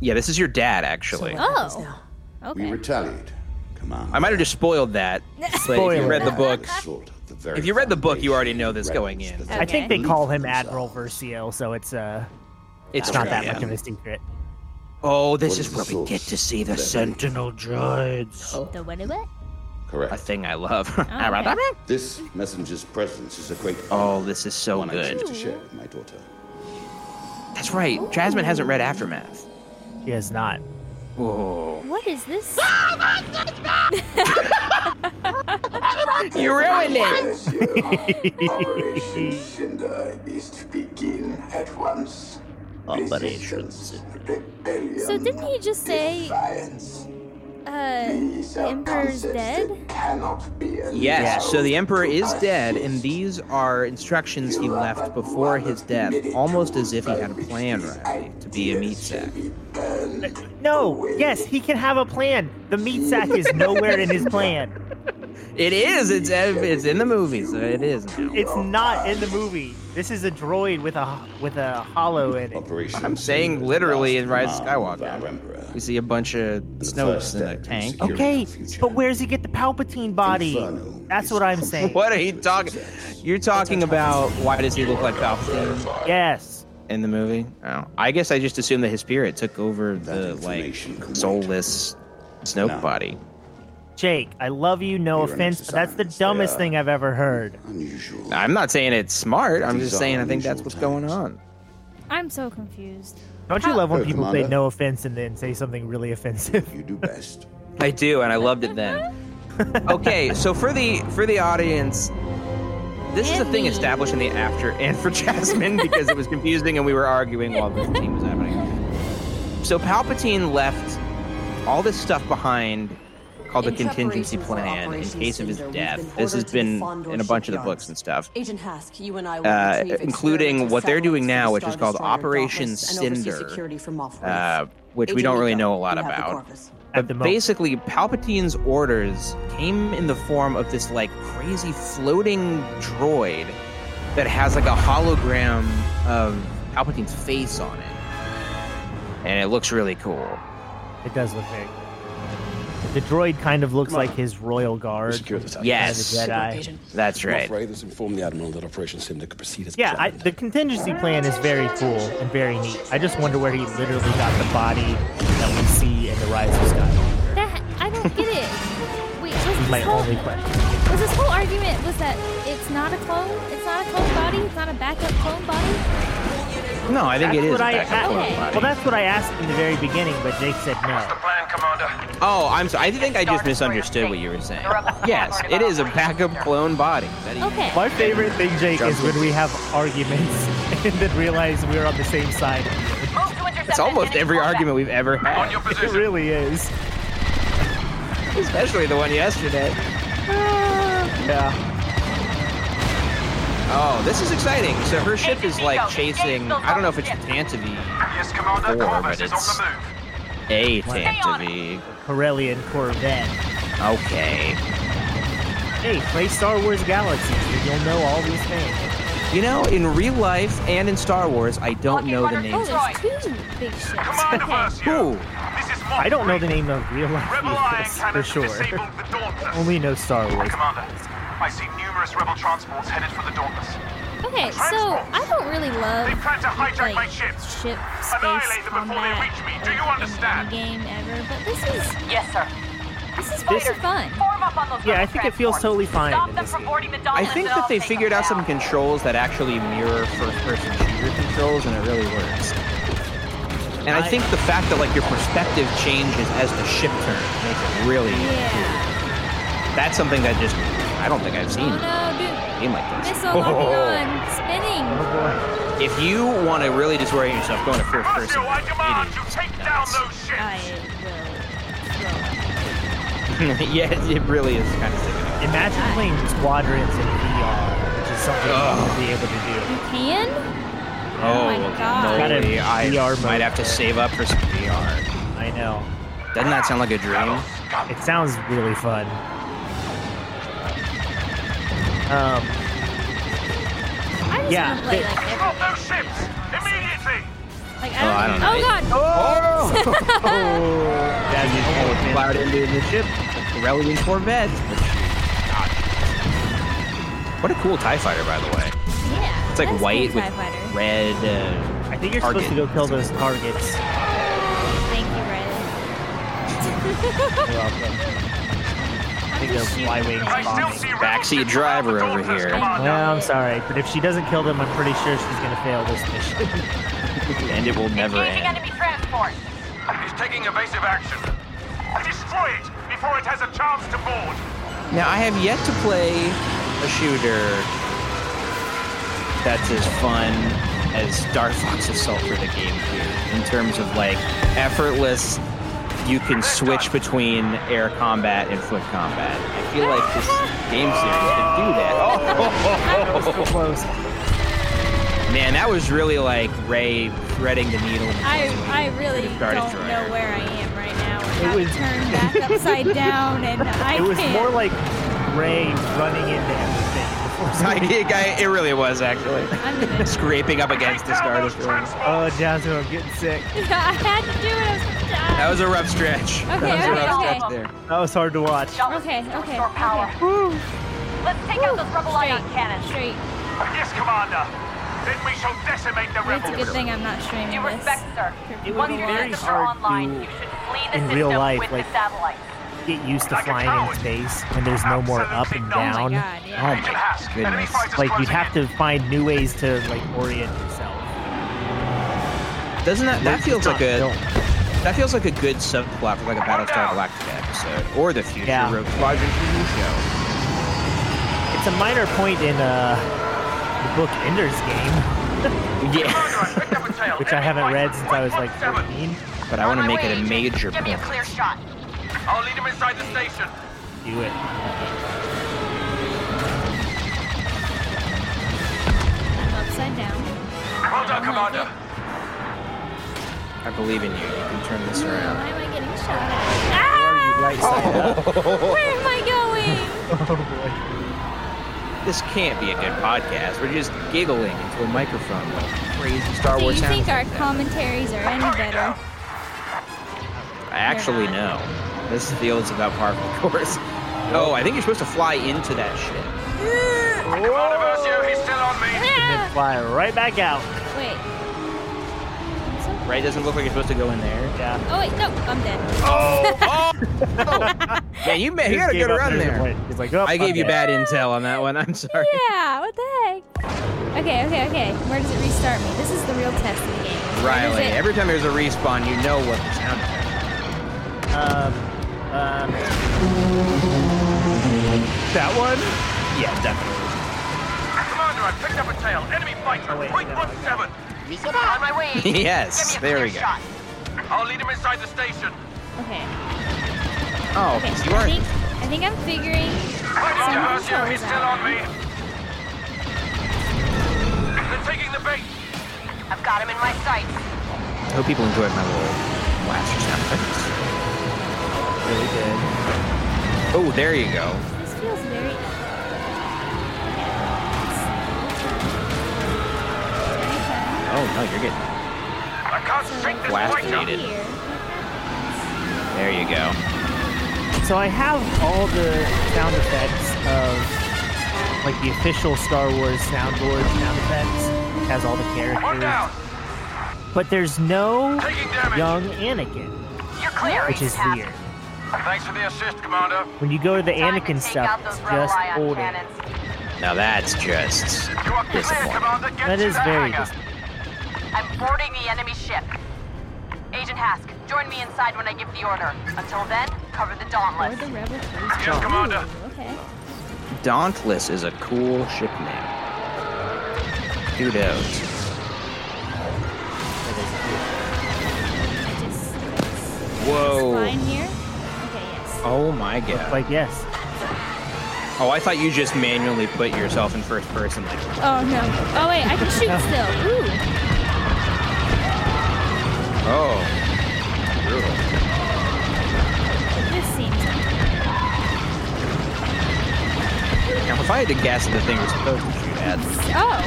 S4: Yeah, this is your dad, actually.
S2: Oh. Okay.
S12: retaliate, Commander.
S4: I might have just spoiled that. but if you
S3: Spoiler.
S4: read the book,
S12: Assault the very
S4: if you read the book, you already
S12: foundation
S4: know this going in.
S12: of
S3: I think they
S12: Okay.
S3: call him Admiral Versio, so it's uh,
S4: It's
S3: it's not
S4: true,
S3: that
S4: yeah.
S3: much of a secret.
S4: Oh, this
S12: What
S4: is
S12: is
S4: where
S12: the
S4: we
S12: source
S4: get to see the
S12: of that?
S4: Sentinel droids.
S2: The what? what?
S12: Correct.
S4: A thing I love.
S2: okay.
S12: This messenger's presence is a great
S4: Oh, this is so
S12: one I choose
S4: good.
S12: to share with my daughter.
S4: That's right. Jasmine hasn't read Aftermath.
S3: He is not.
S4: Whoa.
S2: What is this?
S4: You ruined it.
S12: Yes, Your Operation Sendai is to begin at once. Operation Rebellion.
S2: So didn't he just say,
S12: Defiance.
S2: uh,
S12: These
S2: the
S12: are
S2: Emperor's
S12: concepts
S2: dead?
S12: that cannot be
S4: Yes,
S12: allowed
S4: so the Emperor
S12: to
S4: is dead, and
S12: persist.
S4: these are instructions he left before his death, almost as if he had a plan, Riley, to be a meat sack.
S3: No. Yes, he can have a plan. The meat sack is nowhere in his plan.
S4: It is. It's it's in the movie, so it is now.
S3: It's
S12: Oh,
S3: not in the movie. This is a droid with a with a hollow in it.
S12: Operation
S4: I'm saying
S12: Sendai
S4: literally
S12: lost
S4: in Rise of
S12: command
S4: Skywalker.
S12: of our Emperor.
S4: We see a bunch of snopes in a tank.
S12: Okay,
S3: Okay,
S12: Future.
S3: but where does he get the Palpatine body?
S12: Inferno
S3: That's
S12: is
S3: what I'm saying.
S4: What are you talking? You're talking about why does he look like Palpatine
S3: Yes.
S4: in the movie? Oh, I guess I just assumed that his spirit took over the
S12: That
S4: like
S12: information can wait.
S4: soulless Snoke
S12: No.
S4: body.
S3: Jake, I love you, no
S12: You're an
S3: offense, but that's the
S12: exercise.
S3: dumbest
S12: Yeah.
S3: thing I've ever heard.
S12: Unusual.
S4: I'm not saying it's smart. I'm
S12: These
S4: just
S12: are
S4: saying I think that's
S12: unusual
S4: what's going
S12: times.
S4: on.
S2: I'm so confused.
S3: Don't you love when
S12: Hey,
S3: people say
S12: Commander.
S3: no offense and then say something really offensive?
S12: You do best.
S4: I do, and I loved it then. okay, so for the for the audience, this is a
S2: And
S4: thing
S2: me.
S4: established in the after, and for Jasmine because it was confusing and we were arguing while this thing was happening. So Palpatine left all this stuff behind called the
S1: In
S4: contingency
S1: preparation for
S4: plan in
S1: Operation
S4: case of his
S1: Cinder, we've
S4: death.
S1: been
S4: This has
S1: ordered to
S4: been
S1: fund our
S4: in a bunch of the
S1: shipyards.
S4: books and stuff.
S1: Agent Hask, you and I will
S4: Uh,
S1: retrieve
S4: including
S1: experimental
S4: what they're doing
S1: satellites
S4: now,
S1: from
S4: which is
S1: Star
S4: called
S1: Destroyer
S4: Operation
S1: Dauntless and oversee
S4: Cinder,
S1: security from off Earth.
S4: uh, which we
S1: Agent
S4: don't really
S1: Nico,
S4: know a lot
S1: you have the
S4: about.
S1: Corvus.
S3: At the
S4: But
S3: moment.
S4: basically, Palpatine's orders came in the form of this like crazy floating droid that has like a hologram of Palpatine's face on it, and it looks really cool.
S3: It does look very good. The droid kind of looks like his royal guard.
S12: Secure
S4: Oh,
S12: the target.
S4: Yes,
S3: Kind of a Jedi.
S1: Agent.
S4: that's right.
S12: Raiders informed the Admiral that Operation Cinder could proceed as
S3: Yeah, I, the contingency plan is very cool and very neat. I just wonder where he literally got the body that we see in the Rise of Skywalker.
S2: That I don't get it. Wait, was
S3: This is
S2: this,
S3: my
S2: whole,
S3: only question.
S2: was this whole argument was that it's not a clone? It's not a clone body? It's not a backup clone body?
S4: No, I think
S3: That's
S4: it is.
S3: what
S4: a
S3: I-
S4: backup
S3: that-
S4: clone
S2: okay.
S4: body.
S3: Well, that's what I asked in the very beginning, but Jake said
S8: The
S3: no.
S8: plan, Commander.
S4: oh, I'm. So, I think I just
S9: Star Destroyer
S4: misunderstood what
S9: thing.
S4: you were saying.
S9: The rebel
S4: Yes,
S9: collaborative
S4: it is a
S9: operation
S4: backup
S9: center.
S4: clone body. That is-
S2: Okay.
S3: My favorite thing, Jake, is when we have arguments and then realize we're on the same side.
S9: Move to intercept
S4: It's almost
S9: enemy
S4: every
S9: combat.
S4: argument we've ever
S8: On
S4: had,
S8: your
S3: It
S8: position.
S3: really is.
S4: especially the one yesterday.
S3: Yeah.
S4: Oh, this is exciting. So her ship is like
S9: Nico, engage
S4: chasing.
S9: those
S4: I don't know if it's the
S9: rockets.
S4: Tantive
S8: Yes, Commander.
S4: Four,
S8: Corvus
S4: but
S8: is on
S4: it's-
S8: the move.
S4: A tank to be.
S3: Corellian Corvette.
S4: Okay.
S3: Hey, play Star Wars Galaxies and you'll know all these things.
S4: You know, in real life and in Star Wars, I don't know the names.
S2: Oh, there's two big ships.
S8: Commander Versio,
S4: Ooh,
S3: I don't know the name of real life
S8: Rebel ion
S3: vehicles, for
S8: cannons
S3: sure.
S8: disabled the Dauntless.
S3: Only know Star Wars.
S8: Commander, I see numerous rebel transports headed for the Dauntless.
S2: Okay, so I don't really love
S8: They plan to hijack
S2: like
S8: my ships.
S2: ship space
S8: Annihilate them before they
S2: combat
S8: reach me. Do you
S2: in
S8: understand?
S2: any game ever, but this is
S9: Yes, sir.
S2: this is this, fun.
S9: Form up on those
S3: Yeah, I
S9: rebel
S3: think it feels
S9: transports.
S3: totally fine
S9: Stop
S3: in
S9: them
S3: this
S9: from boarding the Dauntless
S4: I think
S9: and
S4: that
S9: I'll
S4: they
S9: take
S4: figured
S9: them
S4: out some
S9: down.
S4: controls that actually mirror first-person shooter controls, and it really works. And I,
S3: I-
S4: think the fact that like your perspective changes as the ship turns makes it really.
S2: Yeah.
S4: That's something that just I don't think I've seen
S2: Oh
S4: in
S2: no,
S4: a game like
S2: dude.
S4: this.
S2: Missile locking on. Spinning.
S3: Oh
S4: If you want to really disorient yourself, going to first person.
S8: Versio, I demand you take down those
S2: I
S8: ships.
S2: will.
S4: yeah, it really is kind of sickening.
S3: boy. Imagine playing Squadrons in VR, which is something
S4: Ugh.
S3: you should be able to do.
S2: You can?
S4: Oh,
S2: my
S4: okay.
S2: God.
S3: Got a
S4: no way. I
S3: VR mode
S4: might have to
S3: there.
S4: save up for some VR.
S3: I know.
S4: Doesn't that sound like a dream?
S3: It sounds really fun. Um,
S2: I just
S3: Yeah,
S2: want to play
S3: they-
S2: like every,
S8: Drop those ships immediately.
S2: like
S4: Oh, I
S2: I
S4: don't
S2: don't. oh
S4: know.
S2: god.
S4: Oh!
S3: that's
S4: oh, plowed into the ship, the Corellian Corvette. What a cool TIE fighter, by the way.
S2: Yeah.
S4: It's like
S2: that's a
S4: white
S2: cool
S4: with
S2: TIE E fighter.
S4: red. Uh,
S3: I think you're
S4: target.
S3: supposed to go kill those targets.
S2: Thank you, Riley.
S3: You're welcome. I think
S2: I'm just
S3: those
S2: shooting
S3: Y-wings
S2: things.
S8: I still see rebel
S4: Backseat
S8: ships
S4: driver
S8: around the
S4: over
S8: Dauntless,
S4: here.
S8: Commander.
S3: Well, I'm sorry, but if she doesn't kill them, I'm pretty sure she's gonna fail this mission.
S4: and it will never
S9: Engaging
S4: end.
S9: enemy transport.
S8: He's taking evasive action. Destroy it before it has a chance to board.
S4: Now, I have yet to play a shooter that's as fun as Dark Fox Assault for the GameCube in terms of like effortless. You can switch between air combat and foot combat. I feel like this game series can do that. Oh,
S3: Close.
S4: man, that was really like Ray threading the needle.
S2: I I really don't
S4: Started drawing.
S2: know where I am right now. and how
S3: was-
S2: to turn back upside down, and I
S3: It was
S2: can't.
S3: more like Ray running into everything. before
S4: I,
S3: somebody-
S4: I- it really was actually
S2: I'm gonna.
S4: scraping up against the
S8: Take down
S4: Star
S8: those
S4: Destroyer.
S3: Oh,
S8: transports.
S3: Jazzo, I'm getting sick.
S2: I had to do it. I was gonna die.
S4: That was a rough stretch. that
S2: Okay,
S4: was
S2: okay,
S4: a rough
S2: okay.
S4: stretch there.
S3: That was hard to watch.
S2: Okay, okay.
S9: Restore power. Let's take out those rebel ion cannons.
S2: Straight.
S8: Yes, Commander. Then we shall decimate the
S2: It's a
S8: rebels.
S2: good thing I'm not streaming
S9: Due
S2: this.
S9: respect, sir.
S3: It would
S9: Once
S3: be
S9: your
S3: very
S9: systems are
S3: hard
S9: online,
S3: to-
S9: you should flee the
S3: in
S9: system
S3: real life,
S9: with
S3: like-
S9: the satellite.
S3: Get used to
S8: Like a
S3: flying in
S8: coward.
S3: space when there's no more up and
S8: Absolutely not.
S2: Oh my god,
S3: down.
S4: Oh
S2: yeah.
S4: my
S8: Agent Hask, enemy
S4: goodness.
S8: fighters
S3: Like you'd
S8: closing
S3: have
S8: in.
S3: to find new ways to like orient yourself.
S4: Doesn't that that
S3: It's
S4: feels
S3: not
S4: like a
S3: built.
S4: that feels like a good subplot for like a Battlestar Galactica episode or the future
S3: Yeah.
S4: Rogue Squadron TV show.
S3: It's a minor point in uh the book Ender's Game,
S4: Yeah,
S8: Commander, I picked up a tail.
S3: which I
S8: Enemy
S3: haven't read
S8: fighters,
S3: since I was like
S8: 117.
S3: 14.
S4: but I want to
S9: On my
S4: make it a
S9: way,
S4: major
S9: Give me a
S4: point.
S9: clear shot.
S8: I'll lead him inside the station.
S3: Do it.
S2: I'm upside down.
S8: Well done, Commander.
S4: I believe in you. You can turn this
S2: Why
S4: around.
S2: am I getting shot at? Ah!
S3: Right side up.
S2: Where am I going?
S4: This can't be a good podcast. We're just giggling into a microphone like crazy Star
S2: Do
S4: Wars
S2: you
S4: sound.
S2: think our commentaries are any better?
S4: Actually, no. This feels about par for the course. Oh, I think you're supposed to fly into that shit. Oh.
S8: Commander Versio, he's still on me.
S2: Ah!
S3: Fly right back out.
S2: Wait.
S4: Right? Doesn't look like you're supposed to go in there.
S3: Yeah.
S2: Oh wait, no, I'm dead.
S4: Oh, oh, oh. man, you, ma- you had
S3: Just
S4: a
S3: gave
S4: good
S3: up
S4: run
S3: there's a
S4: there.
S3: point. He's like, oh,
S4: I gave you
S3: okay.
S4: bad intel on that one. I'm sorry.
S2: Yeah, what the heck? Okay, okay, okay. Where does it restart me? This is the real test of the game. Where does
S4: Riley,
S2: it-
S4: every time there's a respawn, you know what the sound effect
S3: Um, um, that one?
S4: is. Yeah, definitely.
S8: Commander, I picked up a tail. Enemy fighter,
S3: Oh, wait,
S8: point
S3: no.
S8: one seven.
S9: On my way. agent.
S4: Yes,
S9: Give me a
S4: there
S9: clear
S4: we go.
S9: Shot.
S8: I'll lead him inside the station.
S2: Okay.
S4: Oh,
S2: Okay.
S4: you
S2: I
S4: are.
S2: think I think I'm figuring
S8: Commander
S2: Someone
S8: Versio, he's
S2: shows
S8: still
S2: up.
S8: on me. They're taking the bait.
S9: I've got him in my sights.
S4: I hope people enjoyed my little blaster sound effects. Really good. Oh, there you go.
S2: This feels very.
S4: Oh no, you're getting
S8: I can't shake this weight up.
S4: blasted. There you go.
S3: So I have all the sound effects of like the official Star Wars soundboard sound effects It has all the characters. But there's no young Anakin,
S9: You're clear.
S3: which is weird.
S8: Thanks for the assist, Commander.
S3: When you go to the Anakin stuff,
S9: out
S3: it's
S9: those rebel
S3: just
S9: ion
S3: old Anakin.
S9: cannons.
S4: Now that's just disappointing.
S3: That is very dis-
S9: I'm boarding the enemy ship. Agent Hask, join me inside when I give the order. Until then, cover the
S2: Or
S9: Dauntless.
S2: the rebel cruiser.
S4: Yes, Commander.
S2: Ooh, Okay.
S4: Dauntless is a cool ship name. Dude out.
S2: I just. Fine
S4: Whoa.
S2: here. Okay. Yes.
S4: Oh my god.
S3: Like yes,
S4: Oh, I thought you just manually put yourself in first person. Like,
S2: Oh no. Oh wait, I can shoot still. Ooh.
S4: oh. Brutal.
S2: This seems.
S4: Now, if I had to guess the thing we're supposed to shoot at,
S2: Oh,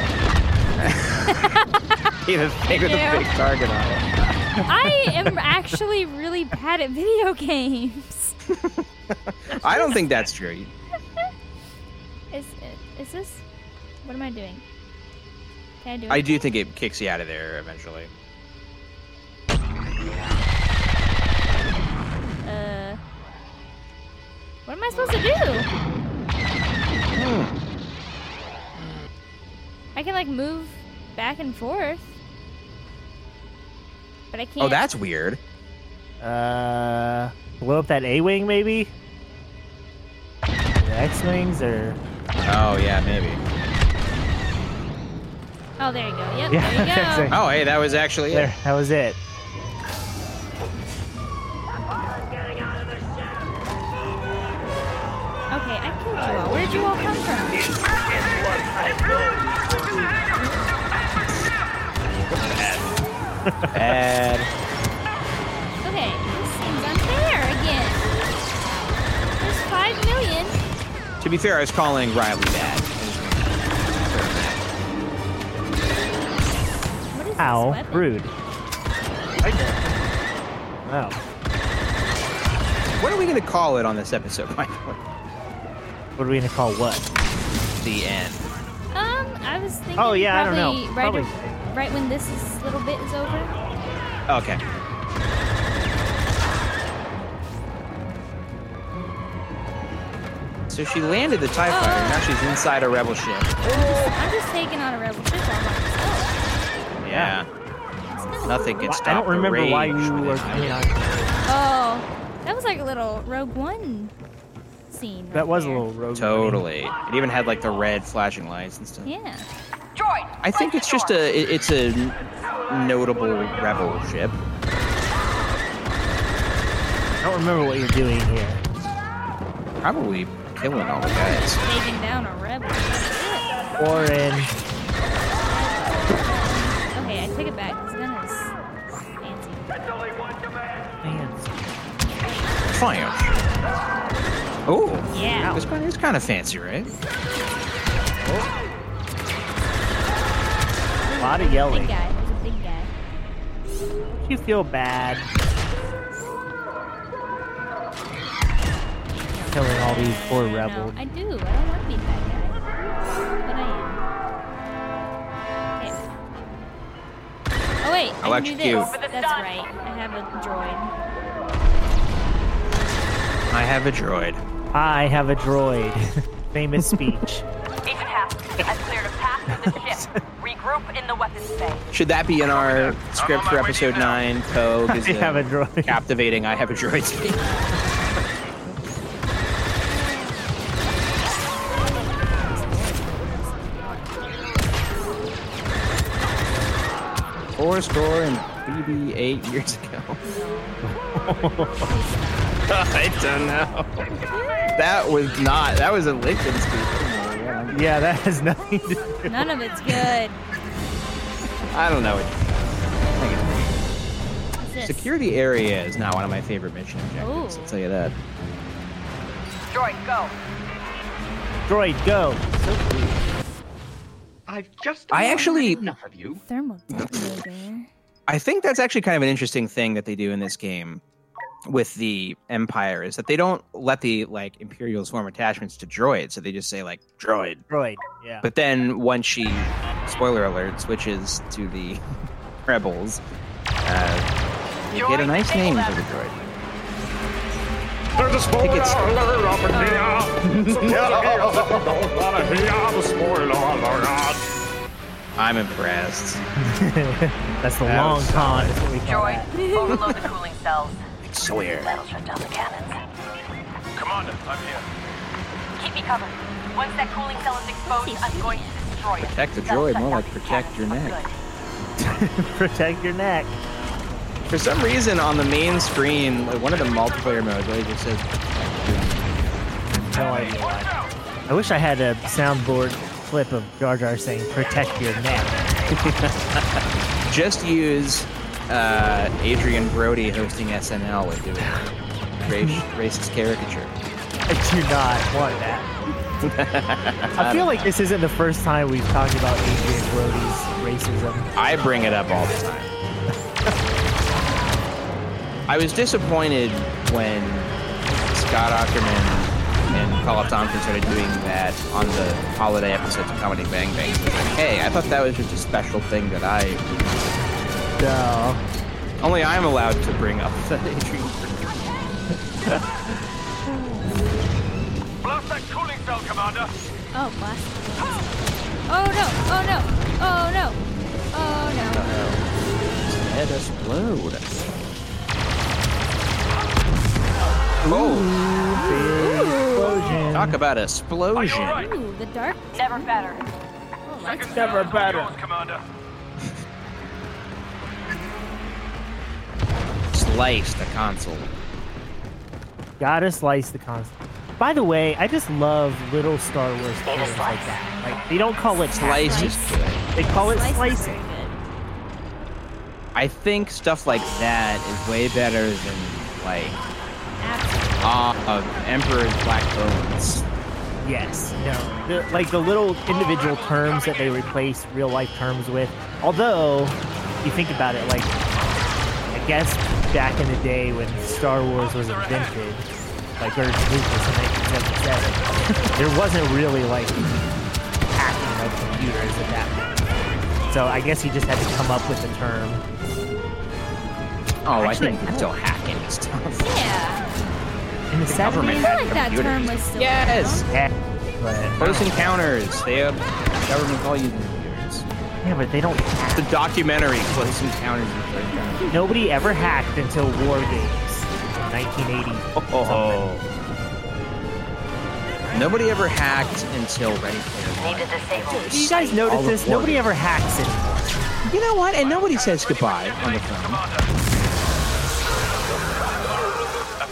S4: be the thing with
S2: Yeah.
S4: the big target on it.
S2: I am actually really bad at video games.
S4: I don't think that's true.
S2: Is is this? What am I doing? Can I do it?
S4: I do think it kicks you out of there eventually.
S2: Uh, what am I supposed to do?
S4: Hmm.
S2: I can like move back and forth, but I can't.
S4: Oh, that's weird.
S3: uh, blow up that A-wing maybe. The X-wings or
S4: Oh, yeah, maybe.
S2: Oh, there you go. Yep.
S3: Yeah,
S2: There you
S3: that's
S2: go.
S3: it.
S4: Oh, hey, that was actually it.
S3: there. That was it.
S2: Okay, I killed you all. Where did you all come from?
S4: Bad.
S2: Okay, this seems unfair again. There's five million.
S4: to be fair, I was calling Riley bad.
S2: What is this
S3: How
S2: weapon?
S3: rude. Oh,
S4: What are we going to call it on this episode, Michael?
S3: what are we gonna call what?
S4: The end.
S2: Um, I was thinking.
S3: Oh, yeah, I don't know.
S2: probably Right,
S3: Probably.
S2: a- right when this is, little bit is over.
S4: Okay. So she landed the TIE fighter. Now she's inside a rebel ship.
S2: I'm just taking on a rebel ship all by myself.
S4: Yeah.
S2: It's kinda
S4: Nothing
S2: cool.
S4: can stop
S3: I don't
S4: the
S3: remember why you
S4: rage
S3: were.
S4: within
S3: coming
S4: her.
S3: on.
S2: Oh, that was like a little Rogue One scene. right
S3: That was a
S2: there.
S3: little rogue.
S4: Totally. It even had like the red flashing lights and stuff.
S2: Yeah.
S9: Droid,
S4: I think it's just a it- it's a n- notable rebel ship.
S3: I don't remember what you're doing here.
S4: Probably killing all the guys.
S2: Taking down a rebel. Shit.
S3: Orin.
S2: Okay, I take it back. It's kind fancy.
S4: Triumph. Oh,
S2: Yeah.
S4: this one is kind of fancy, right?
S3: A lot of
S2: Big
S3: yelling.
S2: guy. There's a big guy.
S3: You feel bad. Killing all these poor
S2: No,
S3: rebels.
S2: I do. I don't want to be that guy. But I am. Okay. Oh wait, I can do
S4: Electrocute.
S2: this. That's right. I have a droid.
S4: I have a droid.
S3: I have a droid. Famous speech.
S9: Agent Hask, I've cleared a path to the ship. Regroup in the weapons bay.
S4: Should that be in our script for episode nine? Pogue is
S3: I have a droid.
S4: captivating. I have a droid. speech. Four score and BB eight years ago. I don't know. That was not. That was a Lincoln speech.
S3: Yeah, that has nothing to do.
S2: None of it's good.
S4: I don't know.
S2: It's this?
S4: Secure the area is not one of my favorite mission objectives.
S2: Ooh.
S4: I'll tell you that.
S9: Droid, go.
S3: Droid, go.
S11: I've just.
S4: I actually-
S11: enough of you.
S2: Thermal detonator.
S4: I think that's actually kind of an interesting thing that they do in this game with the Empire is that they don't let the like Imperials form attachments to droids, so they just say like droid.
S3: Droid. Yeah.
S4: But then once she, spoiler alert, switches to the Rebels, uh, you get a nice name for the droid.
S8: There's a spoiler
S4: it's-
S8: alert up in here. Some motherfuckers that don't wanna hear the spoiler alert.
S4: I'm impressed.
S3: That's the
S4: That
S3: long
S4: was
S3: con. That's what we call
S9: Droid, overload the cooling cells.
S4: Sawyer.
S9: That'll shut down the cannons.
S8: Commander, I'm here.
S9: Keep me covered. Once that cooling cell is exposed, I'm going to destroy it.
S4: Protect the
S9: That'll
S4: droid,
S9: shut down
S4: more like
S9: these
S4: protect your
S9: cannons for
S4: neck.
S9: good.
S3: Protect your neck.
S4: For some reason, on the main screen, like one of the multiplayer modes, like, it just says
S3: No idea why. I wish I had a soundboard clip of Jar Jar saying "protect your neck."
S4: just use uh, Adrian Brody hosting SNL and doing race, racist caricature.
S3: I do not want that. I feel like this isn't the first time we've talked about Adrian Brody's racism.
S4: I bring it up all the time. I was disappointed when Scott Ackerman and Call of Thompson started doing that on the holiday episodes of Comedy Bang Bang. It's like, hey, I thought that was just a special thing that I
S3: No.
S4: only I'm allowed to bring up. That Adrian Brody.
S8: Blast that cooling cell, Commander.
S2: Oh, blast. Oh no! Oh no! Oh no! Oh no!
S4: Let us load. Oh,
S3: Explosion.
S4: talk about explosion.
S8: Are you
S2: Ooh, the dark.
S9: Never better.
S2: Oh, that's
S3: Never better.
S8: Yours, Commander.
S4: Slice the console.
S3: Gotta slice the console. By the way, I just love little Star Wars games like that. Like they don't call it
S4: Slice
S3: tacking,
S4: is good.
S3: They call it
S2: slice is
S3: slicing.
S2: good.
S4: I think stuff like that is way better than like
S2: Absolutely.
S4: uh, of Emperor's Black Bones.
S3: Yes. No. The, like the little individual terms that they replace real life terms with. Although, if you think about it, like I guess back in the day when Star Wars was invented, like George Lucas in 1977, there wasn't really like hacking of computers at that point. So I guess he just had to come up with the term.
S4: Oh,
S3: Actually,
S4: I think they're still hacking and stuff.
S2: Yeah.
S3: In the,
S4: government.
S2: I
S3: seventies.
S2: feel like that
S4: Computers.
S2: term was still.
S4: Yes.
S3: Yeah, but,
S4: Close encounters. They have government call you computers.
S3: yeah, but they don't. hack.
S4: The documentary Close Encounters. of the Third Kind.
S3: Nobody ever hacked until War Games, 1980.
S4: Oh. Nobody ever hacked until Ready Player
S9: Need to disable.
S3: Do you guys notice
S4: All of
S3: this?
S4: War
S3: Nobody ever hacks it.
S4: One. You know what? And nobody says goodbye on the phone.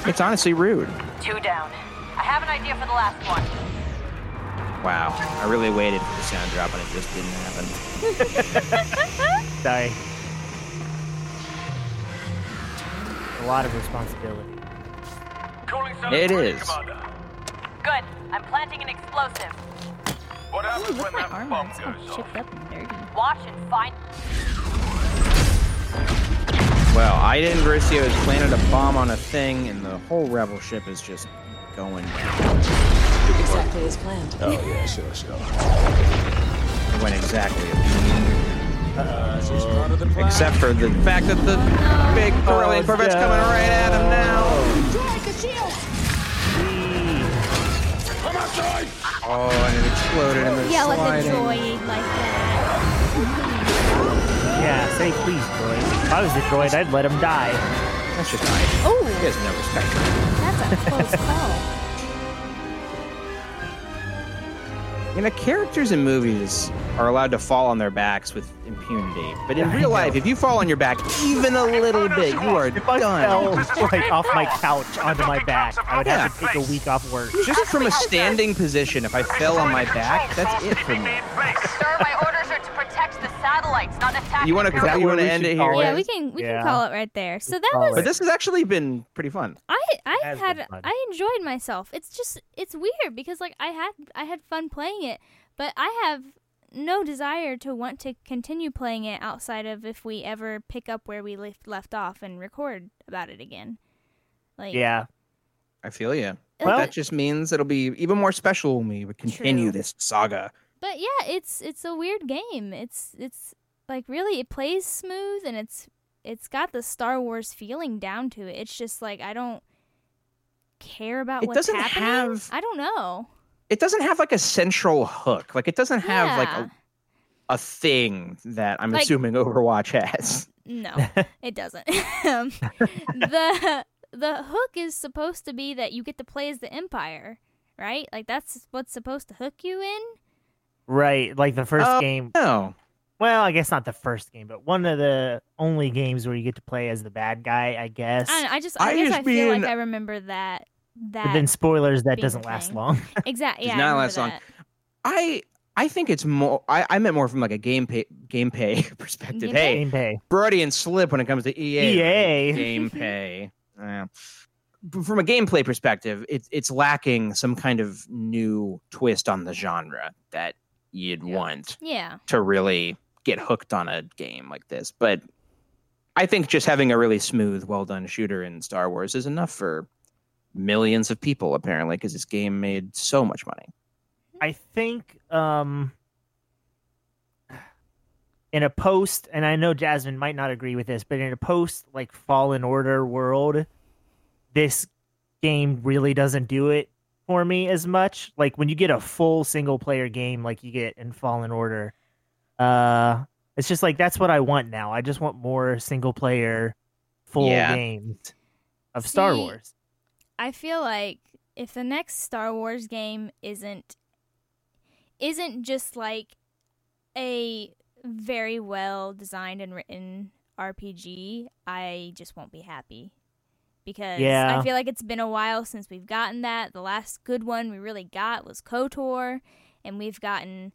S4: It's honestly rude.
S9: Two down. I have an idea for the last one.
S4: Wow, I really waited for the sound drop and it just didn't happen.
S3: Sorry. A lot of responsibility.
S8: Cooling cell
S4: It
S8: ready,
S4: is.
S8: Commander.
S9: Good. I'm planting an explosive.
S8: What happens
S2: Ooh, look
S8: when
S2: my
S8: that
S2: armor.
S8: bomb
S2: It's all
S8: goes off?
S2: chipped up and dirty.
S9: Watch and find.
S4: Well, Iden Versio has planted a bomb on a thing and the whole rebel ship is just going down.
S13: Exactly as planned.
S12: Oh, yeah, sure, sure.
S4: It went exactly Except for the fact that the big
S2: Oh,
S4: Corellian Corvette's coming right at him now. Oh, and it exploded and they're
S2: Yeah, like the
S4: sliding.
S2: droid, like that.
S3: Yeah, say please, droid. If I was the droid, I'd let him die.
S4: That's just Iden. He
S2: Oh,
S4: has no respect for him.
S2: that's a close call.
S4: You know, characters in movies are allowed to fall on their backs with impunity. But in real life, if you fall on your back even a little bit, you are
S3: If I fell
S4: done.
S3: like off my couch onto my back, I would have to take a week off work.
S4: Just from a standing position, if I fell on my back, that's it for me.
S9: Sir, my orders are to protect the satellites, not attacking.
S4: You want
S9: the
S4: to you
S9: building.
S4: want to end it here?
S2: Yeah, we can we can call it right there. So that was
S4: But this has actually been pretty fun.
S2: I I
S4: has
S2: had
S4: been fun.
S2: I enjoyed myself. It's just it's weird because like I had I had fun playing it, but I have no desire to want to continue playing it outside of if we ever pick up where we left left off and record about it again. Like
S4: I feel you.
S2: Well-
S4: that just means it'll be even more special when we continue this saga.
S2: But yeah, it's it's a weird game. It's it's like really it plays smooth and it's it's got the Star Wars feeling down to it. It's just like I don't care about
S4: It
S2: what's
S4: doesn't
S2: happening.
S4: have-
S2: I don't know.
S4: It doesn't have like a central hook. Like it doesn't have like
S2: Yeah.
S4: a, a thing that I'm
S2: Like-
S4: assuming Overwatch has.
S2: No, it doesn't. Um, the the hook is supposed to be that you get to play as the Empire, right? Like that's what's supposed to hook you in.
S3: Right, like the first
S2: Oh,
S3: game.
S4: No.
S3: Well, I guess not the first game, but one of the only games where you get to play as the bad guy, I guess.
S2: I, don't know, I just I,
S4: I
S2: guess
S4: just
S2: I feel like
S4: mean-
S2: I remember that
S3: But
S2: that
S3: then spoilers, that
S2: being
S3: doesn't
S2: the
S3: last
S2: thing.
S3: long.
S2: exactly.
S4: Does
S2: Yeah, I
S4: not
S2: remember
S4: last long.
S2: that.
S4: I I think it's more. I, I meant more from like a game pay, game pay perspective.
S2: Game
S4: hey,
S2: pay? Game
S3: pay.
S4: Freudian slip when it comes to EA.
S3: E EA.
S4: game pay. Yeah. B- From a gameplay perspective, it's it's lacking some kind of new twist on the genre that you'd want
S2: Yeah.
S4: to really get hooked on a game like this. But I think just having a really smooth, well done shooter in Star Wars is enough for millions of people apparently because this game made so much money.
S3: I think um in a post and I know Jasmine might not agree with this, but in a post like Fallen Order world, this game really doesn't do it for me as much. Like when you get a full single player game like you get in Fallen Order, uh it's just like that's what I want now. I just want more single player full
S4: Yeah.
S3: games of Star
S2: See,
S3: Wars.
S2: I feel like if the next Star Wars game isn't isn't just like a very well designed and written RPG, I just won't be happy. Because
S3: Yeah.
S2: I feel like it's been a while since we've gotten that. The last good one we really got was KOTOR, and we've gotten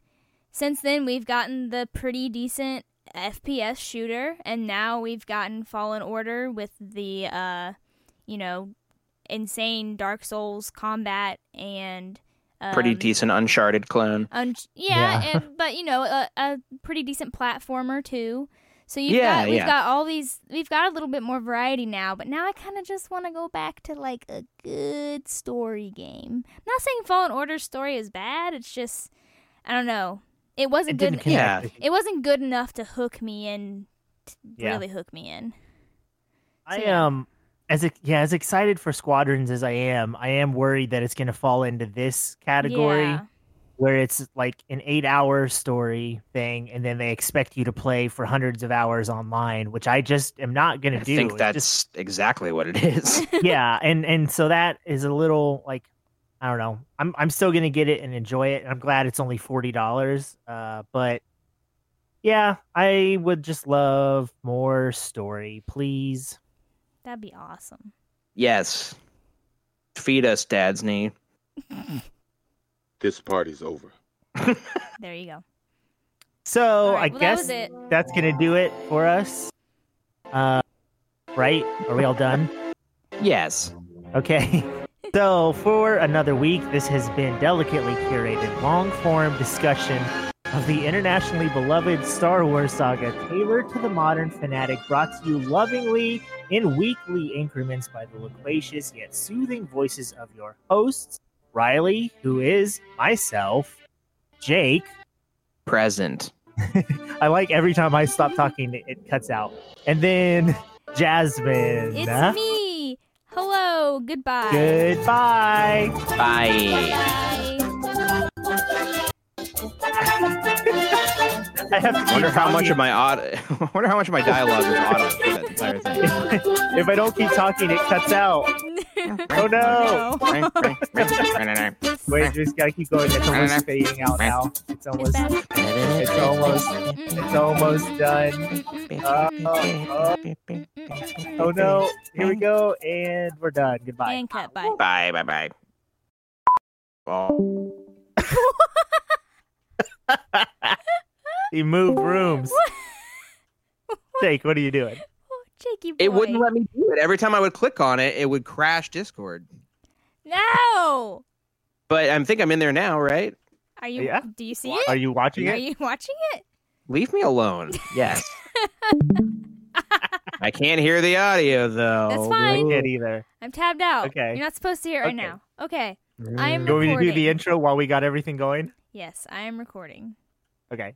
S2: since then we've gotten the pretty decent FPS shooter, and now we've gotten Fallen Order with the uh, you know, insane Dark Souls combat and um,
S4: Pretty decent Uncharted clone.
S2: Un- yeah,
S4: Yeah.
S2: And, but you know, a, a pretty decent platformer too. So you've
S4: Yeah,
S2: got we've
S4: yeah.
S2: got all these we've got a little bit more variety now, but now I kind of just want to go back to like a good story game. not saying Fallen Order's story is bad. It's just I don't know. It wasn't
S3: It
S2: good.
S3: didn't connect.
S2: It, it wasn't good enough to hook me in. To
S3: Yeah.
S2: Really hook me in.
S3: I am as ex- yeah as excited for Squadrons as I am. I am worried that it's going to fall into this category
S2: Yeah.
S3: where it's like an eight-hour story thing, and then they expect you to play for hundreds of hours online, which I just am not going
S4: I
S3: to do.
S4: think
S3: It's
S4: that's
S3: just-
S4: exactly what it is.
S3: yeah, and and so that is a little like I don't know. I'm I'm still gonna get it and enjoy it. and I'm glad it's only forty dollars. Uh, but yeah, I would just love more story, please.
S2: That'd be awesome.
S4: yes. Feed us, Dadsney.
S12: This party's over.
S2: There you go.
S3: So
S2: All right,
S3: Oh, I
S2: well, that
S3: guess
S2: was it.
S3: that's gonna do it for us. Uh, right? Are we all done?
S4: Yes.
S3: Okay. So for another week, this has been delicately curated, long-form discussion of the internationally beloved Star Wars saga, tailored to the modern fanatic, brought to you lovingly in weekly increments by the loquacious yet soothing voices of your hosts, Riley, who is myself, Jake,
S4: Present.
S3: I like every time I stop talking, it, it cuts out. And then Jasmine.
S2: It's me. Hello. Goodbye.
S3: Goodbye.
S4: Bye.
S3: I have to keep
S4: Wonder how much
S3: talking.
S4: of my aud- wonder how much of my dialogue is audible for that entire thing.
S3: if I don't keep talking, it cuts out. oh no! Wait, just gotta keep going. It's almost fading out now. It's almost. It's almost. It's almost done. Uh, uh, oh no! Here we go, and we're done. Goodbye.
S2: And cut. Bye.
S4: Bye. Bye. Bye. Oh.
S3: He moved rooms. Jake, what are you doing?
S2: Jakey boy.
S4: It wouldn't let me do it. Every time I would click on it, it would crash Discord.
S2: No.
S4: But I think I'm in there now, right?
S2: Are you?
S4: Yeah.
S2: Do you see
S4: What?
S2: it?
S4: Are you watching
S2: Are
S4: it?
S2: you watching it?
S4: Leave me alone. Yes. I can't hear the audio though.
S2: That's fine. I can't
S3: either.
S2: I'm tabbed out.
S3: Okay.
S2: You're not supposed to hear it right
S3: Okay.
S2: now. Okay. I am
S3: you want me to do
S2: recording.
S3: the intro while we got everything going?
S2: Yes, I am recording.
S3: Okay.